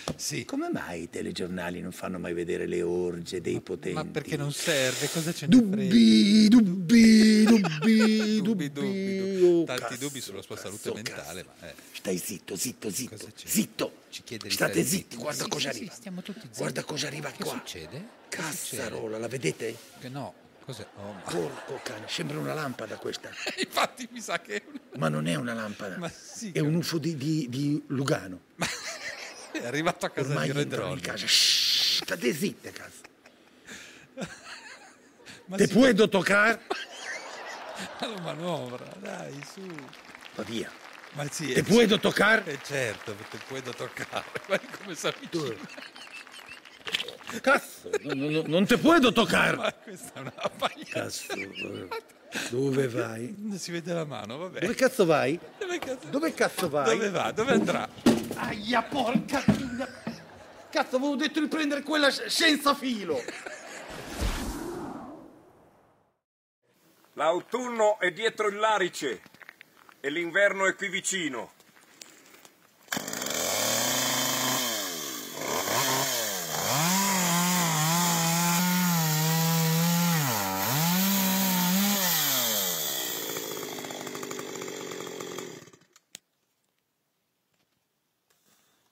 S3: Come mai i telegiornali non fanno mai vedere le orge dei potenti?
S2: Ma perché non serve? Cosa c'è
S3: Dubbi, dubbi, dubbi,
S2: dubbi, dubbi.
S3: oh,
S2: Tanti
S3: cazzo,
S2: dubbi sulla sua salute mentale. Ma, eh.
S3: Stai zitto, zitto, zitto, zitto.
S2: Ci chiede di
S3: State
S2: stare
S3: zitti,
S2: zitti.
S3: guarda
S2: Sì,
S3: cosa
S2: sì, sì,
S3: arriva.
S2: stiamo tutti zitti.
S3: Guarda cosa arriva
S2: Che
S3: qua.
S2: succede? Che
S3: Cazzarola,
S2: succede?
S3: la vedete?
S2: Che no, cos'è? Oh, ma-
S3: Porco cane, sembra una lampada questa.
S2: Infatti mi sa che...
S3: Ma non è una lampada,
S2: Ma sì,
S3: è un UFO di, di- di Lugano.
S2: è arrivato a casa
S3: Ormai
S2: di
S3: entrano in
S2: Redron.
S3: casa. Shh, state zitte, cazzo.
S2: Ma
S3: Te
S2: si-
S3: puedo toccare?
S2: La manovra, dai, su.
S3: Va via.
S2: Ma sì,
S3: Te
S2: eh,
S3: puedo
S2: sì.
S3: toccare?
S2: Eh, certo, te puedo toccare. Guarda come si avvicina.
S3: Cazzo, non, non- non te puedo
S2: Ma
S3: toccare.
S2: questa è una pagliata.
S3: Cazzo, eh. dove vai?
S2: Non si vede la mano, vabbè.
S3: Dove cazzo vai?
S2: Dove cazzo,
S3: Dove cazzo vai?
S2: dove va? Dove andrà?
S3: Aia, porca figlia. Cazzo, avevo detto di prendere quella s- senza filo.
S2: Eh.
S19: L'autunno è dietro il larice e l'inverno è qui vicino.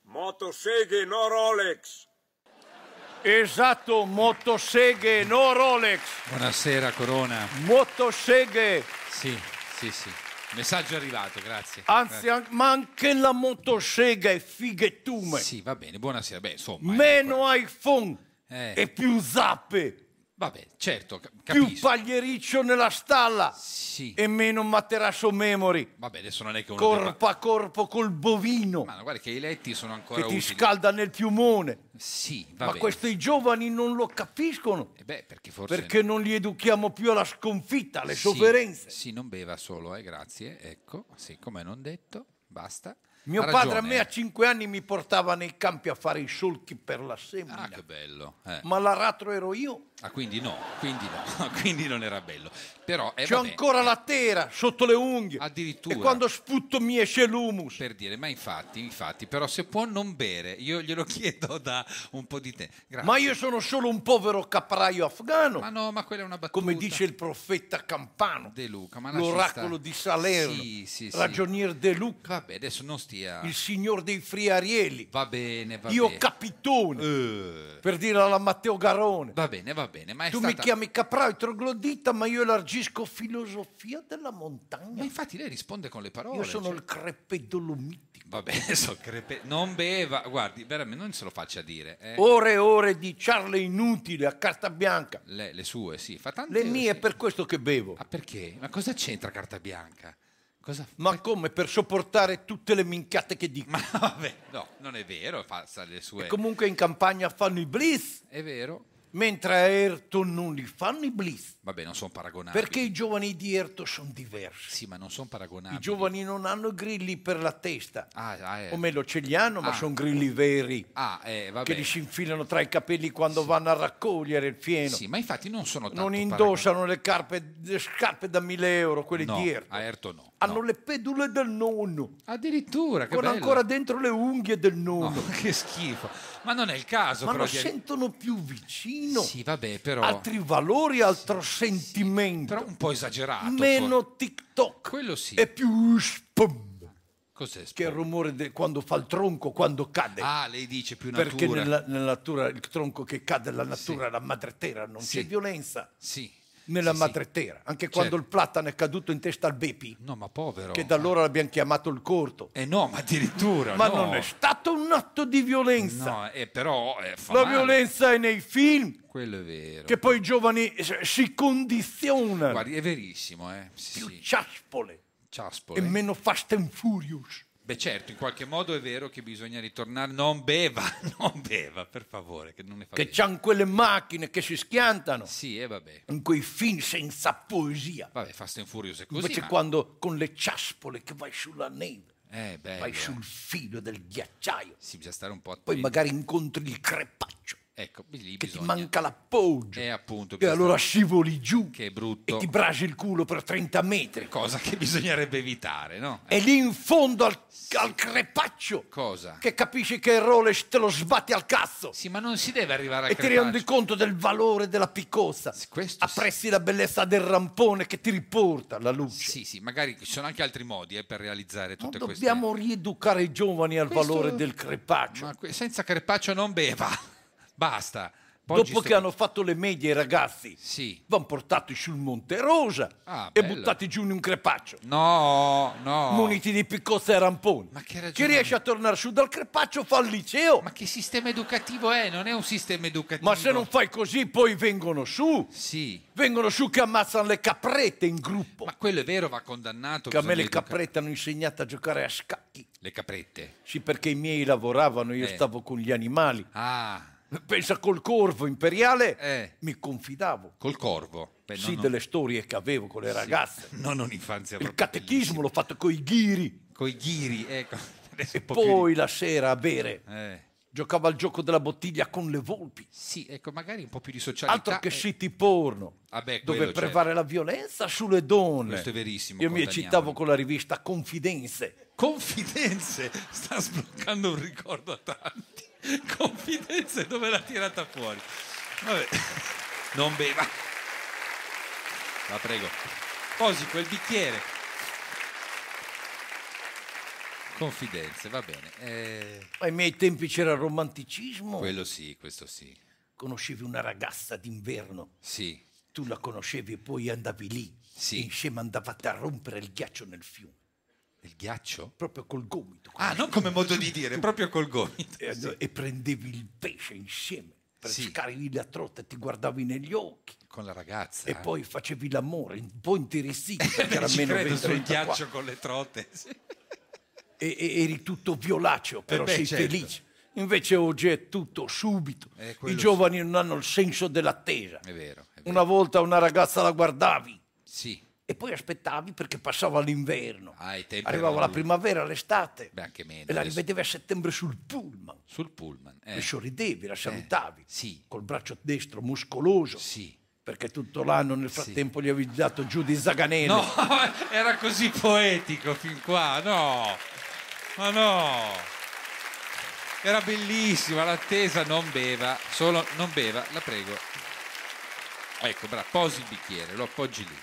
S21: Motoseghe, no Rolex.
S22: Esatto, motoseghe, no Rolex.
S23: Buonasera Corona.
S22: Motoseghe.
S23: Sì, sì, sì. Messaggio arrivato, grazie.
S22: Anzi, an- ma anche la motosega è fighettume.
S23: Sì, va bene, buonasera. Beh, insomma,
S22: Meno iPhone
S23: Eh.
S22: e più zappe.
S23: Vabbè, certo, ca-
S22: Più pagliericcio nella stalla. E meno materasso memory.
S23: vabbè, adesso non è che uno debba-
S22: Corpo a corpo col bovino.
S23: Ma guarda che i letti sono
S22: che
S23: ancora
S22: ti
S23: utili.
S22: scalda nel piumone.
S23: Sì, va
S22: Ma
S23: bene.
S22: questi giovani non lo capiscono.
S23: Eh beh, perché forse
S22: Perché non li educhiamo più alla sconfitta, alle
S23: Sì,
S22: sofferenze.
S23: Sì, non beva solo, eh, grazie. Ecco, sì, come non detto, basta.
S22: Mio
S23: Ha
S22: padre a
S23: ragione,
S22: me a
S23: eh.
S22: 5 anni mi portava nei campi a fare i solchi per la semina.
S23: Ah, che bello. eh.
S22: Ma l'aratro ero io.
S23: Ah, quindi no, quindi no, quindi non era bello. Però eh,
S22: C'ho
S23: vabbè,
S22: ancora la tera sotto le unghie.
S23: Addirittura.
S22: E quando sputto mi esce l'humus.
S23: eh, Per dire, ma infatti, infatti, però se può non bere, io glielo chiedo da un po' di tempo. Grazie.
S22: Ma io sono solo un povero capraio afgano.
S23: Ma no, ma quella è una battuta.
S22: Come dice il profeta Campano.
S23: De Luca, ma lasci
S22: L'oracolo
S23: stare.
S22: di Salerno.
S23: Sì, sì, sì.
S22: Ragionier De Luca.
S23: Vabbè, adesso non stia.
S22: Il signor dei friarieli.
S2: Eh,
S23: Va bene, va
S22: Io
S23: bene.
S22: capitone. Per dire alla Matteo Garrone.
S23: Va bene, va
S2: Va bene, ma è
S3: tu
S2: stata...
S3: mi chiami caprao e troglodita, ma io elargisco filosofia della montagna.
S2: Ma infatti lei risponde con le parole.
S3: Io sono
S2: cioè.
S3: il crepe dolomitico.
S2: Vabbè, adesso crepe- non beva, guardi, veramente non se lo faccia dire. eh.
S3: Ore e ore di charle inutili a carta bianca.
S2: Le, le sue, sì, fa tante
S3: Le mie è per questo che bevo.
S2: Ah, perché? Ma cosa c'entra carta bianca?
S3: Ma come? Per sopportare tutte le minchiate che dico. Ma
S2: vabbè. No, non è vero, fa sa le sue...
S3: Comunque in campagna fanno i bliss.
S2: È vero.
S3: Mentre a Erto non li fanno i bliss.
S2: Vabbè, non sono paragonabili.
S3: Perché i giovani di Erto sono diversi.
S2: Sì, ma non sono paragonabili.
S3: I giovani non hanno grilli per la testa.
S2: Ah, eh.
S3: O meglio, ce li hanno, ma
S2: Ah.
S3: sono grilli veri.
S2: Ah, eh, vabbè.
S3: Che li si infilano tra i capelli quando vanno a raccogliere il fieno.
S2: Sì, ma infatti non sono tanto
S3: non indossano le, carpe- le scarpe da 1000 euro, quelle
S2: No,
S3: di Erto.
S2: a Erto certo no.
S3: Hanno le pedule del nonno.
S2: Addirittura, che
S3: Con
S2: bello.
S3: ancora dentro le unghie del nonno.
S2: Che schifo. Ma non è il caso,
S3: Ma
S2: però.
S3: lo
S2: di-
S3: sentono più vicino.
S2: Sì, vabbè, però...
S3: Altri valori, altro sentimento.
S2: Però un po' esagerato.
S3: Meno
S2: forse.
S3: TikTok.
S2: Quello sì.
S3: E più spum.
S2: Cos'è?
S3: Che è il rumore de- quando fa il tronco, quando cade.
S2: Ah, lei dice più natura.
S3: Perché nella, nella natura il tronco che cade, la natura, la madre terra, non
S2: Sì.
S3: c'è violenza.
S2: Sì.
S3: Nella
S2: Sì, sì.
S3: madre terra, anche quando il platano è caduto in testa al Bepi,
S2: No, ma povero.
S3: che da allora l'abbiamo chiamato il corto.
S2: Eh no, ma addirittura.
S3: Ma
S2: no.
S3: non è stato un atto di violenza.
S2: No, eh, però eh, fa
S3: La
S2: male.
S3: violenza è nei film,
S2: Quello è vero.
S3: che poi i giovani s- si condizionano.
S2: Guardi, è verissimo, eh. Sì,
S3: più
S2: sì.
S3: ciaspole
S2: Ciaspole.
S3: e meno Fast and Furious.
S2: Beh, certo, in qualche modo è vero che bisogna ritornare. Non beva, non beva, per favore, che non ne fa
S3: Che
S2: bene.
S3: c'han quelle macchine che si schiantano
S2: Sì, e vabbè.
S3: in quei film senza poesia.
S2: Vabbè, Fast and Furious è così.
S3: Invece
S2: ma-
S3: quando con le ciaspole che vai sulla neve,
S2: Eh, bello.
S3: vai
S2: eh.
S3: sul filo del ghiacciaio,
S2: Sì, bisogna stare un po'
S3: poi
S2: attenti.
S3: magari incontri il crepaccio,
S2: Ecco, lì
S3: che ti
S2: bisogna.
S3: manca l'appoggio
S2: Eh, appunto.
S3: e
S2: bisogna
S3: allora
S2: stare-
S3: scivoli giù
S2: Che è
S3: e
S2: brutto.
S3: ti brasi il culo per 30 metri.
S2: Cosa che bisognerebbe evitare, no?
S3: E lì in fondo al, al crepaccio
S2: Cosa?
S3: che capisci che il Rolex te lo sbatti al cazzo.
S2: Sì, ma non si deve arrivare a
S3: e ti
S2: crepaccio.
S3: rendi conto del valore della piccozza. Apprezzi la bellezza del rampone che ti riporta alla luce.
S2: Sì, sì, magari ci sono anche altri modi eh, per realizzare tutte queste
S3: Dobbiamo rieducare i giovani al
S2: Questo-
S3: valore del crepaccio.
S2: Ma que- senza crepaccio non beva. Basta. Poggi
S3: Dopo
S2: ste-
S3: che hanno fatto le medie i ragazzi, vanno portati sul Monte Rosa
S2: Ah,
S3: e
S2: bello.
S3: buttati giù in un crepaccio.
S2: No, no.
S3: Muniti di piccozza e rampone. Chi riesce a tornare su dal crepaccio fa il liceo.
S2: Ma che sistema educativo è? Non è un sistema educativo.
S3: Ma se non fai così poi vengono su.
S2: Sì.
S3: Vengono su che ammazzano le caprette in gruppo.
S2: Ma quello è vero, va condannato.
S3: Che a me
S2: bisogna
S3: le
S2: educa-
S3: caprette hanno insegnato a giocare a scacchi.
S2: Le caprette.
S3: Sì, perché i miei lavoravano, io
S2: Eh.
S3: stavo con gli animali.
S2: Ah,
S3: Pensa col corvo imperiale,
S2: eh.
S3: mi confidavo.
S2: Col corvo. Beh, no,
S3: sì,
S2: no.
S3: delle storie che avevo con le
S2: Sì.
S3: ragazze.
S2: Non un'infanzia
S3: Il
S2: proprio.
S3: catechismo l'ho fatto con i ghiri.
S2: Coi ghiri, ecco. Adesso un po' più
S3: Poi
S2: di-
S3: la sera a bere.
S2: Eh.
S3: Giocavo al gioco della bottiglia con le volpi.
S2: Sì, ecco, magari un po' più di socialità.
S3: Altro che
S2: eh.
S3: siti porno.
S2: Vabbè,
S3: Dove
S2: quello c'è.
S3: prevale la violenza sulle donne.
S2: Questo è verissimo,
S3: Io mi
S2: condanniamo.
S3: eccitavo con la rivista Confidenze.
S2: Confidenze, sta sbloccando un ricordo a tanti. Confidenze, dove l'ha tirata fuori? Vabbè, non beva. La prego. Posi quel bicchiere. Confidenze, va bene. Eh,
S3: Ai miei tempi c'era il romanticismo.
S2: quello sì, questo sì.
S3: Conoscevi una ragazza d'inverno.
S2: Sì,
S3: Tu la conoscevi e poi andavi lì.
S2: Sì.
S3: E insieme andavate a rompere il ghiaccio nel fiume.
S2: il ghiaccio?
S3: Proprio col gomito.
S2: Ah, non come modo di dire, proprio col gomito.
S3: E, e prendevi il pesce insieme.
S2: Sì.
S3: Pescavi la trota e ti guardavi negli occhi.
S2: Con la ragazza.
S3: E poi facevi l'amore, un po' interessito. perché era
S2: Ci
S3: meno
S2: credo
S3: 20,
S2: sul
S3: 34.
S2: ghiaccio con le trote. Sì.
S3: E, e- eri tutto violaceo, però
S2: Eh beh,
S3: sei
S2: certo.
S3: felice. Invece oggi è tutto subito.
S2: Eh, quello
S3: I
S2: sì.
S3: giovani non hanno il senso dell'attesa.
S2: È vero, è vero.
S3: Una volta una ragazza la guardavi
S2: Eh, Sì.
S3: e poi aspettavi perché passava l'inverno.
S2: Ah, i tempi
S3: Arrivava
S2: erano
S3: la
S2: duri.
S3: primavera, l'estate
S2: Beh, anche meno.
S3: e la
S2: adesso.
S3: rivedevi a settembre sul pullman.
S2: Sul pullman. eh.
S3: Le sorridevi, la salutavi
S2: Sì,
S3: col braccio destro muscoloso
S2: sì.
S3: perché tutto l'anno nel frattempo gli avevi dato giù di zaganene.
S2: No, era così poetico fin qua, no. Ma no. Era bellissima l'attesa, non beva, solo non beva, la prego. Ecco, bravo, posi il bicchiere, lo appoggi lì.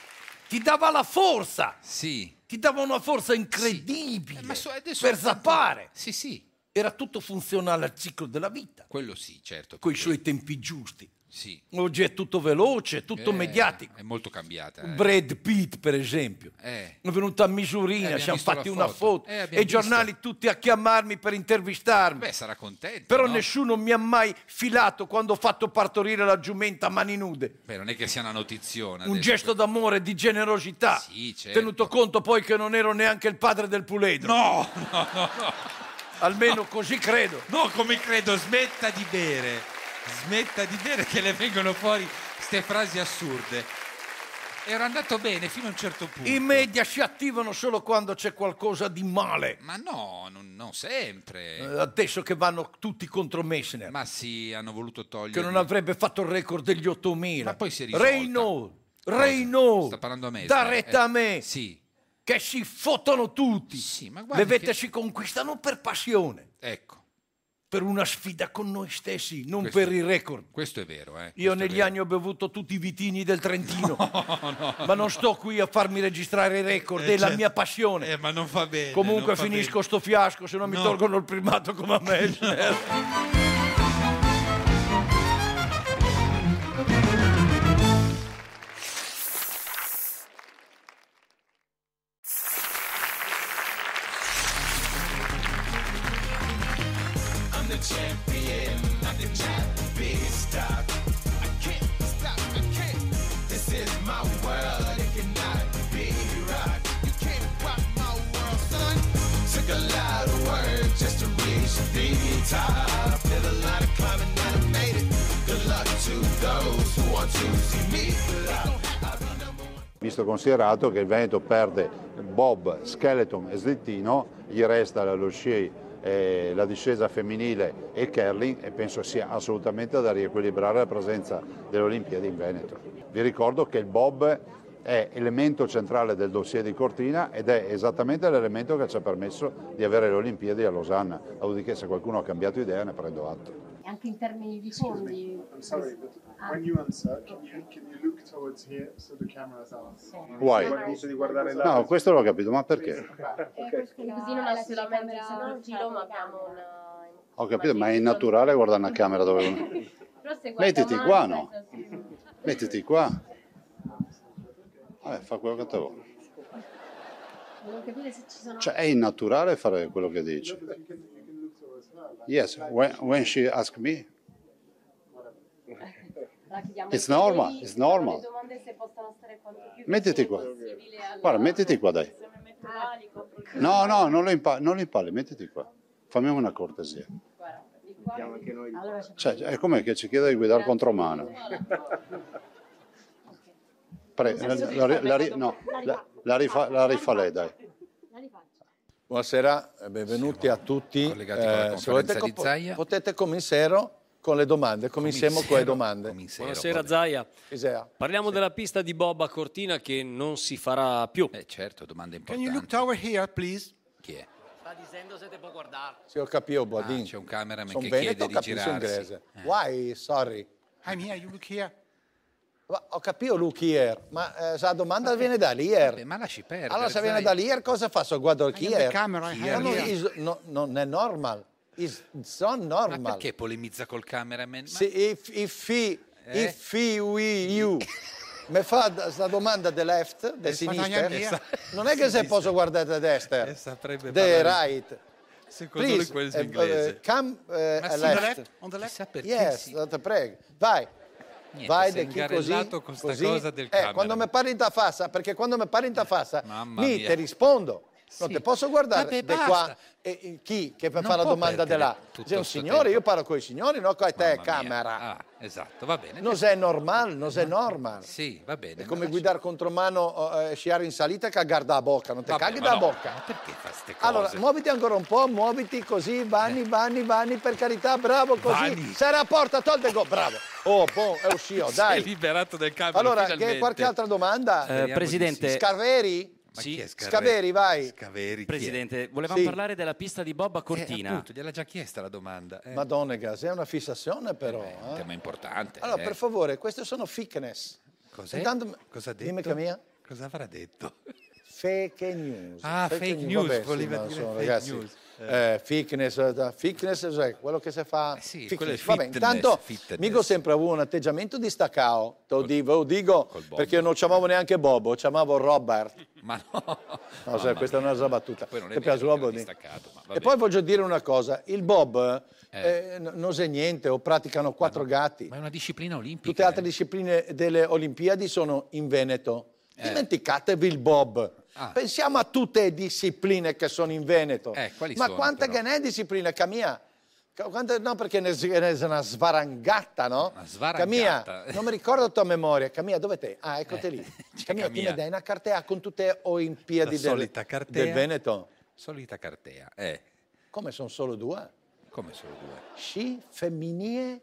S3: Ti dava la forza,
S2: Sì.
S3: ti dava una forza incredibile
S2: Eh, ma so- adesso-
S3: per zappare.
S2: Sì, sì,
S3: Era tutto funzionale al ciclo della vita,
S2: quello sì, certo.
S3: coi suoi tempi giusti.
S2: Sì.
S24: Oggi è tutto veloce, tutto
S2: Eh,
S24: mediatico.
S2: È molto cambiata. eh.
S24: Brad Pitt, per esempio.
S2: Eh.
S24: È venuto a
S2: Eh,
S24: Misurina,
S2: abbiamo
S24: siamo
S2: visto la
S24: fatti una
S2: foto.
S24: foto.
S2: Eh, abbiamo
S24: e i giornali tutti a chiamarmi per intervistarmi.
S2: Beh, sarà contento.
S24: Però
S2: no?
S24: nessuno mi ha mai filato quando ho fatto partorire la giumenta a mani nude.
S2: Beh, non è che sia una notiziona.
S24: Un
S2: adesso.
S24: gesto d'amore, di generosità.
S2: Sì, certo.
S24: Tenuto conto poi che non ero neanche il padre del puledro.
S2: No, no, no, no.
S24: Almeno così credo.
S2: No, come credo, smetta di bere. Smetta di bere che le vengono fuori queste frasi assurde. Era andato bene fino a un certo punto.
S24: I media si attivano solo quando c'è qualcosa di male.
S2: Ma no, non, non sempre.
S24: Eh, Adesso che vanno tutti contro Messner,
S2: Ma sì, hanno voluto togliere.
S24: che non avrebbe fatto il record degli 8000. Ma poi
S2: si è risolta. Eh,
S24: Reino, Reino,
S2: Sta parlando a me.
S24: da
S2: sta-
S24: retta a
S2: eh,
S24: me.
S2: Sì.
S24: Che si fottono tutti. Le
S2: guardi
S24: vette
S2: che-
S24: si conquistano per passione.
S2: Ecco.
S24: Per una sfida con noi stessi, non
S2: Questo-
S24: per i record.
S2: Questo è vero, eh.
S24: Io negli anni ho bevuto tutti i vitini del Trentino, ma non sto qui a farmi registrare i record,
S2: Eh,
S24: è la
S2: certo.
S24: mia passione.
S2: Eh, ma non fa bene.
S24: Comunque
S2: non fa
S24: finisco sto fiasco, se no mi
S2: No.
S24: tolgono il primato come a me.
S15: I'm the champion, not the child, the big stop. I can't stop, I can't. This is my world, it cannot be rocked. You can't rock my world, son. Took a lot of work just to reach the top. Did a lot of climbing and I made it. Good luck to those who want to see me. I'll be number
S25: Visto e considerato che il Veneto perde Bob, Skeleton e Slittino, gli resta la Losci, eh, la discesa femminile e Kerling e penso sia assolutamente da riequilibrare la presenza delle Olimpiadi in Veneto. Vi ricordo che il Bob è elemento centrale del dossier di Cortina ed è esattamente l'elemento che ci ha permesso di avere le Olimpiadi a Losanna, dopodiché se qualcuno ha cambiato idea ne prendo atto.
S10: anche in termini di fondi.
S12: I'm sorry, but when you answer, can you, can you look towards here so the camera is out?
S25: Why?
S12: Quando dice di guardare là.
S25: No, questo l'ho capito, ma perché?
S10: Eh, Così non è solamente un giro, ma abbiamo una.
S25: Ho capito, ma è naturale guardare una camera dove uno...
S10: Però se guarda
S25: Mettiti
S10: male,
S25: qua, no?
S10: pensa sì.
S25: Mettiti qua. Vabbè, fa quello che te vuole.
S10: Volevo capire se ci sono.
S25: Cioè, è innaturale fare quello che dice. Yes, when, when she asked me,
S10: La chiediamo
S25: It's
S10: se
S25: normal,
S10: lei-
S25: it's normal.
S10: le domande se possono stare quanto più
S25: mettiti
S10: vicine
S25: qua.
S10: possibile alla-
S25: Guarda, mettiti qua, dai.
S10: Ah,
S25: No, no, non lo, impa- non lo impari, mettiti qua. Fammi una cortesia.
S10: Allora,
S25: Cioè, è come che ci chiede di guidare contro mano. Pre- la, la- la- la- no, la- la rifa, la rifa lei, dai.
S3: Buonasera, e benvenuti a tutti.
S2: con la
S3: Eh, se volete
S2: conferenza di
S3: co-
S2: Zaia.
S3: Potete cominciare con le domande, cominciamo con le domande.
S6: Buonasera Zaia. Parliamo della pista di Bob a Cortina che non si farà più. Eh certo, domanda
S2: Can
S6: importante.
S2: you look tower here, please? Chi è? Ah,
S26: Sta dicendo se te può guardare.
S3: Se ho capito, Boadin.
S2: c'è un cameraman
S3: Son
S2: che chiede
S3: veneto,
S2: di
S3: capisco
S2: girarsi.
S3: inglese.
S2: Eh.
S3: Why, sorry.
S26: I'm here, you look here.
S3: Ma ho capito Lukier, ma eh, la domanda viene da Lier.
S2: ma lasci perdere.
S3: Allora se viene da
S2: sai.
S3: Lier cosa fa? So guardo il
S2: I have
S3: Kier.
S2: the camera, I
S3: No,
S2: have
S3: no,
S2: it.
S3: is- no, non è normal. Is not
S2: Ma
S3: normal.
S2: perché polemizza col cameraman? Ma-
S3: Se if, if he,
S2: Eh?
S3: if he, we, you mi fa questa domanda del left, del
S2: Eh,
S3: sinistra,
S2: guadagna via.
S3: non è che se posso guardare da destra,
S2: saprebbe
S3: the
S2: parlare-
S3: right.
S2: Secondo lui quello
S3: eh,
S2: inglese.
S3: eh, come eh,
S2: Ma
S3: a
S2: sì,
S3: left.
S2: left, on the left. Chissà perché
S3: Yes,
S2: sì.
S3: te prego. Vai.
S2: Niente,
S3: Vai
S2: sei
S3: da chi così,
S2: ingarellato con sta
S3: così.
S2: cosa del
S3: eh,
S2: cameraman.
S3: quando mi parli in tafassa, perché quando mi parli in tafassa,
S2: Mamma
S3: mi
S2: mia.
S3: ti rispondo. Non
S2: Sì.
S3: ti posso guardare
S2: Vabbè,
S3: da
S2: basta.
S3: qua e e chi che fa
S2: Non
S3: la
S2: può
S3: domanda
S2: perdere
S3: di là.
S2: tutto
S3: Sei un
S2: sto
S3: signore,
S2: tempo.
S3: io parlo con i signori, no con te,
S2: Mamma mia.
S3: camera.
S2: Ah, esatto, va bene.
S3: Non sei normale, non sei normale.
S2: Sì, va bene.
S3: È come guidare contromano, eh, sciare in salita e cagare da bocca, non te
S2: Vabbè,
S3: caghi
S2: ma
S3: da
S2: no,
S3: bocca.
S2: Ma perché fa ste cose? Eh.
S3: Allora, muoviti ancora un po', muoviti così, vani, vani, vani, per carità, bravo così. Sarà a porta, tolde go, bravo. Oh, boh, è uscito,
S2: Si è
S3: dai.
S2: liberato del camera
S3: Allora, che-
S2: finalmente.
S3: qualche altra
S6: Eh,
S3: domanda?
S2: Speriamo di sì.
S3: Presidente. Scaveri?
S2: Ma chi è Scarver-
S3: Scaveri, vai.
S2: Scaveri, chi è?
S6: Presidente, volevamo
S3: Sì.
S6: parlare della pista di Bob a
S2: Eh,
S6: Cortina.
S2: appunto, gliel'ha già chiesta la domanda. eh.
S3: Madonnega, sei una fissazione però.
S2: È un
S3: eh.
S2: tema importante.
S3: Allora,
S2: eh.
S3: per favore, queste sono thickness.
S2: Cos'è?
S3: Intanto-
S2: Cosa ha detto?
S3: Dimmi che mia.
S2: Cosa avrà detto?
S3: fake news.
S2: Ah, fake news,
S3: vabbè,
S2: voleva
S3: ma
S2: dire
S3: sono,
S2: fake
S3: ragazzi,
S2: news.
S3: eh, fitness, eh, fitness, cioè quello che si fa. fitness.
S2: Eh quello è
S3: Vabbè,
S2: fitness,
S3: intanto
S2: fitness.
S3: Migo sempre avevo un atteggiamento di staccao, te lo dico, ve lo dico, perché io non chiamavo neanche Bobo, chiamavo Robert.
S2: Ma no.
S3: No, sai,
S2: Mamma
S3: questa è una battuta.
S2: Poi non è
S3: Ti
S2: vero
S3: piace Bobo? Di- E poi voglio dire una cosa, il Bob eh, n- non sa niente o praticano quattro gatti. Ma è una disciplina olimpica. eh. Tutte le altre discipline delle Olimpiadi sono in Veneto. Dimenticatevi il Bob. Pensiamo a tutte le discipline che sono in Veneto.
S2: quali
S3: Ma
S2: sono,
S3: quanta che ne è disciplina, Camia? Ca- quanta- no, perché ne s- ne è una svarangatta, no? Una
S2: svarangatta.
S3: Camia, non mi ricordo la tua memoria. Camia, dove te? Ah, eccoti lì. Camia, ti
S2: Camia.
S3: mi dai una cartea con tutte le
S2: La
S3: Olimpiadi del,
S2: solita cartea.
S3: del Veneto?
S2: Solita cartea, eh.
S3: Come sono solo due?
S2: Come solo due?
S3: Sci, femminie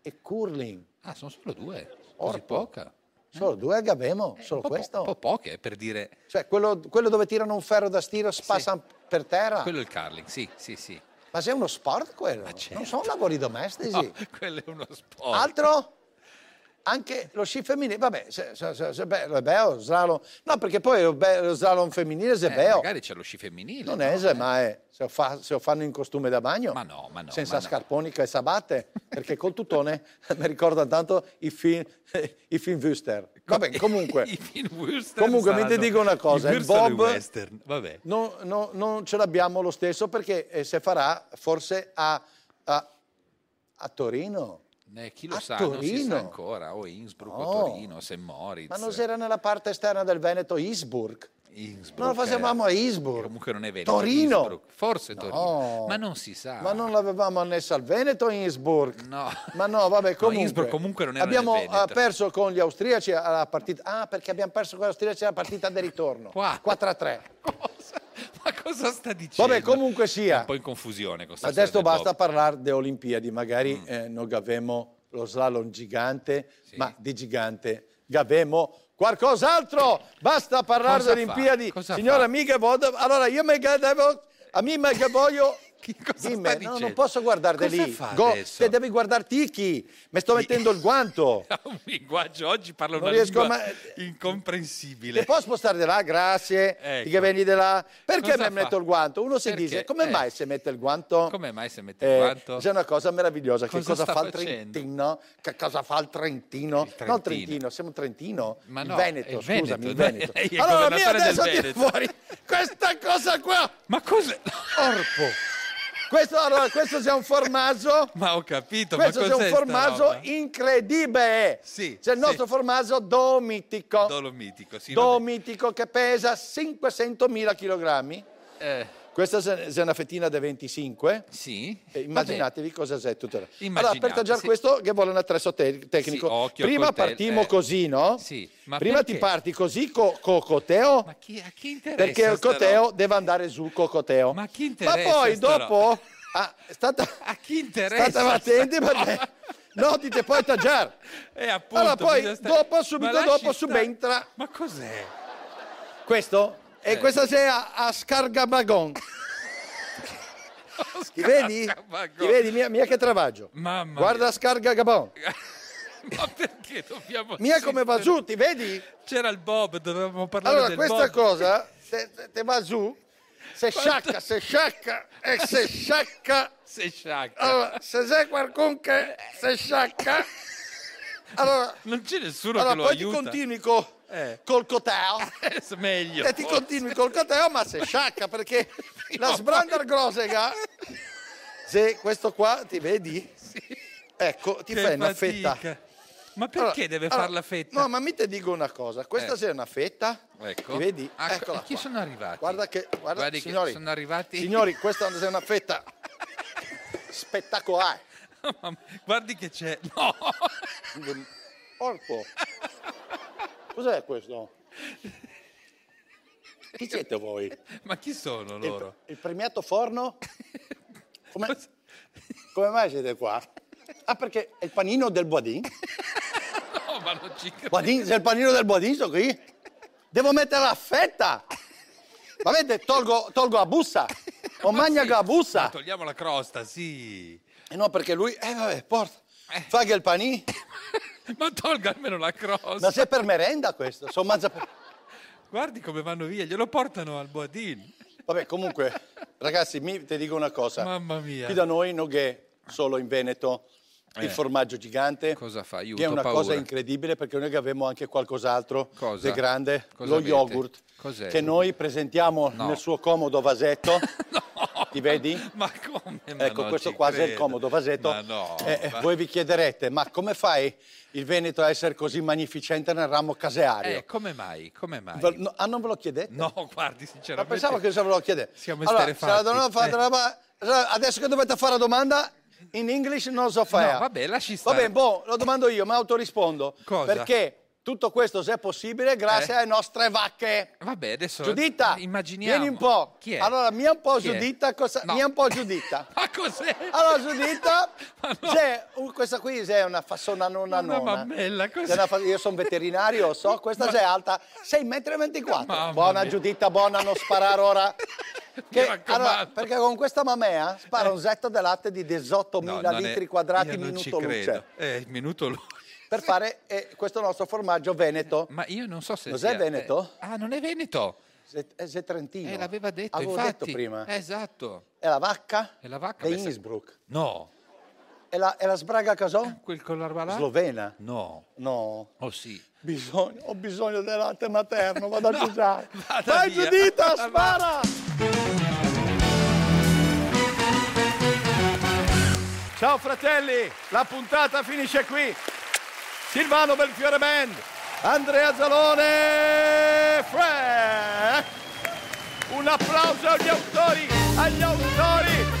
S3: e curling.
S2: Ah, sono solo due?
S3: Orco.
S2: Così poca? Eh,
S3: Solo due a Gabemo, solo
S2: po-
S3: questo.
S2: Un po' poche, eh, per dire...
S3: Cioè, quello, quello dove tirano un ferro da stiro spassano per terra.
S2: Quello è il curling, sì, sì, sì.
S3: Ma sei uno sport quello? Non sono lavori domestici.
S2: No, Oh. quello è uno sport.
S3: Altro? Anche lo sci femminile, vabbè, se, se, se, se- beh, lo beo, slalom. No, perché poi lo, be- lo slalom femminile se
S2: Eh,
S3: beo.
S2: magari c'è lo sci femminile.
S3: Non
S2: no?
S3: è, se- ma è, se, lo fa- se lo fanno in costume da bagno. Ma no,
S2: ma no,
S3: Senza
S2: ma no.
S3: scarponica e sabatte, perché col tutone mi ricorda tanto i film, i film Wüster. Vabbè, comunque.
S2: In western
S3: Comunque, mi ti
S2: saranno-
S3: dico una cosa,
S2: in
S3: il
S2: western e
S3: Bob-
S2: western, vabbè.
S3: No, no, non ce l'abbiamo lo stesso perché eh, se farà forse a, a- a Torino.
S2: Eh, chi lo
S3: A
S2: sa, non si
S3: Torino.
S2: sa ancora. O Innsbruck,
S3: No.
S2: o Torino, se Moritz.
S3: Ma non si era nella parte esterna del Veneto, Innsbruck. Non lo facevamo a Innsbruck.
S2: Comunque non è vero.
S3: Torino.
S2: Innsbruck, Forse Torino. Ma non si sa.
S3: Oh. Ma non l'avevamo annessa al Veneto Innsbruck?
S2: No.
S3: Ma no, vabbè, comunque.
S2: Innsbruck comunque non era nel
S3: Abbiamo
S2: Veneto.
S3: ah, perso con gli austriaci alla partita. Ah, perché abbiamo perso con gli austriaci alla partita di ritorno. 4 a 3.
S2: Ma cosa sta dicendo?
S3: Vabbè, comunque sia.
S2: Un po' in confusione con sta
S3: Adesso
S2: storia del Mm.
S3: basta parlare di Olimpiadi, magari eh, noi gavemo lo slalom gigante, ma di gigante gavemo qualcos'altro. Basta parlare di
S2: Cosa
S3: Olimpiadi.
S2: fa? Cosa
S3: Signora,
S2: fa?
S3: amiche, voglio... Allora, io mi devo... A me mi che voglio... Dimmi, no, non posso guardare
S2: Cosa
S3: lì.
S2: fa adesso?
S3: te devi guardarti chi? Mi sto mettendo il guanto.
S2: Bob. Un linguaggio oggi parla
S3: Non
S2: una
S3: riesco
S2: lingua
S3: mai-
S2: incomprensibile.
S3: Le posso spostare di là? Grazie.
S2: Ecco.
S3: Di Che vieni di là? Perché
S2: Cosa
S3: mi
S2: fa?
S3: metto il guanto? Uno si
S2: Perché?
S3: dice, come
S2: Eh.
S3: mai se mette il guanto?
S2: Come mai se mette
S3: Eh,
S2: il guanto?
S3: c'è una cosa meravigliosa che
S2: Cosa
S3: cosa
S2: sta
S3: fa il
S2: facendo?
S3: Trentino? Che cosa fa il Trentino?
S2: Trentino.
S3: Non Trentino, siamo Trentino,
S2: Ma
S3: il
S2: no, è
S3: Veneto,
S2: il Veneto,
S3: scusami, il
S2: dai,
S3: Veneto.
S2: lei è il
S3: Allora mi
S2: governatore del
S3: adesso tira
S2: Veneto.
S3: fuori questa cosa qua.
S2: Ma cos'è?
S3: Orpo. Questo, allora, questo sia un formaggio
S2: Ma ho capito,
S3: questo
S2: ma
S3: è
S2: cos'è
S3: un
S2: sta
S3: formaggio
S2: roba?
S3: incredibile. C'è il nostro formaggio domitico.
S2: Dolomitico, sì.
S3: domitico che pesa 500.000 kg. Questa se- se è una fettina da 25.
S2: Eh. Sì.
S3: immaginatevi cosa è tutto. Allora,
S2: Immaginate,
S3: per taggiare
S2: sì.
S3: questo che vuole un attrezzo te- tecnico.
S2: Sì, occhio al
S3: Prima
S2: coltello,
S3: partiamo
S2: eh.
S3: così, no?
S2: Sì, ma
S3: Prima ti
S2: perché?
S3: parti così co- co- coteo.
S2: Ma chi, a chi interessa?
S3: Perché il
S2: sta
S3: coteo
S2: roba?
S3: deve andare sul cocoteo. Ma chi
S2: interessa
S3: Ma poi
S2: sta
S3: dopo... Ah, stata, a
S2: chi interessa
S3: State attenti
S2: sta
S3: perché... No, dite poi taggiare.
S2: Eh, appunto,
S3: allora poi,
S2: bisogna stare-
S3: dopo, subito
S2: Ma lasci
S3: dopo,
S2: stare.
S3: subentra...
S2: Ma cos'è?
S3: Questo? E
S2: Eh.
S3: questa sera a Scargabagon. Ti vedi?
S2: Scargabagon.
S3: Ti vedi? Mia, mia che travaggio.
S2: Mamma
S3: Guarda
S2: mia.
S3: Scargabagon.
S2: Ma perché dobbiamo...
S3: Mia come va giù, ti vedi?
S2: C'era il Bob, dovevamo parlare
S3: Allora,
S2: del
S3: questa
S2: Bob.
S3: cosa, te, te- te va giù, se sciacca, se sciacca, e se sciacca...
S2: Se sciacca.
S3: Allora, se c'è qualcuno che se sciacca... Allora,
S2: Non c'è nessuno
S3: allora
S2: che lo
S3: poi
S2: aiuta.
S3: ti continui co- col coteo.
S2: Eh, meglio.
S3: E ti
S2: forse.
S3: continui col coteo, ma se sciacca, perché la sbrander grosega... Se questo qua, ti vedi? Ecco, ti
S2: Che
S3: fai una
S2: fatica.
S3: fetta.
S2: Ma perché
S3: Allora,
S2: deve
S3: allora,
S2: far la fetta?
S3: No, ma mi te dico una cosa. Questa
S2: Eh.
S3: sera è una fetta.
S2: Ecco.
S3: Ti vedi?
S2: Ah,
S3: Eccola
S2: e chi
S3: qua.
S2: sono arrivati?
S3: Guarda che... Guarda,
S2: Guardi che
S3: signori,
S2: sono arrivati-
S3: Signori, questa è una fetta spettacolare.
S2: Guardi che c'è... No!
S3: Orpo. Cos'è questo? Chi siete voi?
S2: Ma chi sono
S3: Il-
S2: loro?
S3: Il, premiato forno? Come, come mai siete qua? Ah, perché è il panino del Boadin?
S2: No, ma non ci credo.
S3: Boadin, se è il panino del Boadin sono qui. Devo mettere la fetta. Ma vedete, tolgo, tolgo la bussa. O magna la
S2: Ma
S3: bussa.
S2: Togliamo la crosta, sì.
S3: Eh no, perché lui, eh vabbè, porta. Fa che il panino.
S2: Eh. Ma tolga almeno la crosta.
S3: Ma se è per merenda questo, sono mangia per...
S2: Guardi come vanno via, glielo portano al Boadin.
S3: Vabbè, comunque, ragazzi, mi, ti dico una cosa.
S2: Mamma mia.
S3: Qui da noi Noghe, solo in Veneto,
S2: Eh.
S3: il formaggio gigante.
S2: Cosa fa? Aiuto,
S3: che è una
S2: paura.
S3: cosa incredibile perché noi avevamo anche qualcos'altro
S2: Cosa?
S3: di grande,
S2: Cosa
S3: lo
S2: avete?
S3: yogurt,
S2: Cos'è?
S3: che noi presentiamo
S2: No.
S3: nel suo comodo vasetto. Ti vedi?
S2: ma
S3: ecco,
S2: non
S3: questo
S2: ci
S3: qua è il
S2: credo.
S3: comodo vasetto.
S2: Ma no,
S3: Eh, eh,
S2: ma-
S3: Voi vi chiederete, ma come fai il Veneto a essere così magnificente nel ramo caseario?
S2: Eh, come mai? Come mai?
S3: Ve- no, ah, non ve lo chiedete?
S2: No, guardi, sinceramente.
S3: Ma pensavo che se ve lo chiedete.
S2: Siamo Eh.
S3: allora, se
S2: esterefatti.
S3: la donna fa- fa- fa- adesso che dovete fare la domanda, in English non so fare.
S2: No, vabbè, lasci stare.
S3: Vabbè, boh, lo domando io, ma autorispondo.
S2: Cosa?
S3: Perché tutto questo, se è possibile, grazie
S2: Eh.
S3: alle nostre vacche.
S2: Vabbè, adesso
S3: Giuditta,
S2: immaginiamo.
S3: vieni un po'.
S2: Chi è?
S3: Allora, mia un po'
S2: Chi è?
S3: Giuditta, cosa...
S2: No.
S3: mia un po' Giuditta.
S2: Ma cos'è?
S3: Allora, Giuditta, c'è un- questa qui c'è una fassona nonna
S2: Una
S3: nonna.
S2: mammella, cos'è?
S3: C'è una fa- io sono veterinario, so, questa c'è alta 6,24 m. Buona
S2: mia.
S3: Giuditta, buona, non sparare ora. Che- allora, perché con questa mamea spara un zetto di latte di 18.000
S2: Eh. non è-
S3: litri quadrati
S2: io non ci
S3: minuto luce
S2: credo. Eh, minuto luce.
S3: per fare eh, questo nostro formaggio veneto.
S2: Ma io non so se
S3: Cos'è
S2: sia-
S3: Veneto?
S2: eh, ah, non è Veneto.
S3: Se, eh, se Trentino.
S2: Eh, l'aveva detto,
S3: Avevo
S2: infatti.
S3: detto prima.
S2: Eh, Esatto.
S3: È la vacca?
S2: È la vacca.
S3: È
S2: beh, se-
S3: Innsbruck.
S2: No. Eh,
S3: È la, è la sbraga casò?
S2: Quel con l'arba là?
S3: Slovena?
S2: No.
S3: No.
S2: Oh sì.
S3: Bisogno- ho bisogno del latte materno, vado a giugiare.
S2: vada
S3: Vai
S2: via.
S3: Giuditta, spara!
S15: Ciao fratelli, la puntata finisce qui. Silvano Belfiore Band, Andrea Zalone, Frank. Un applauso agli autori, agli autori.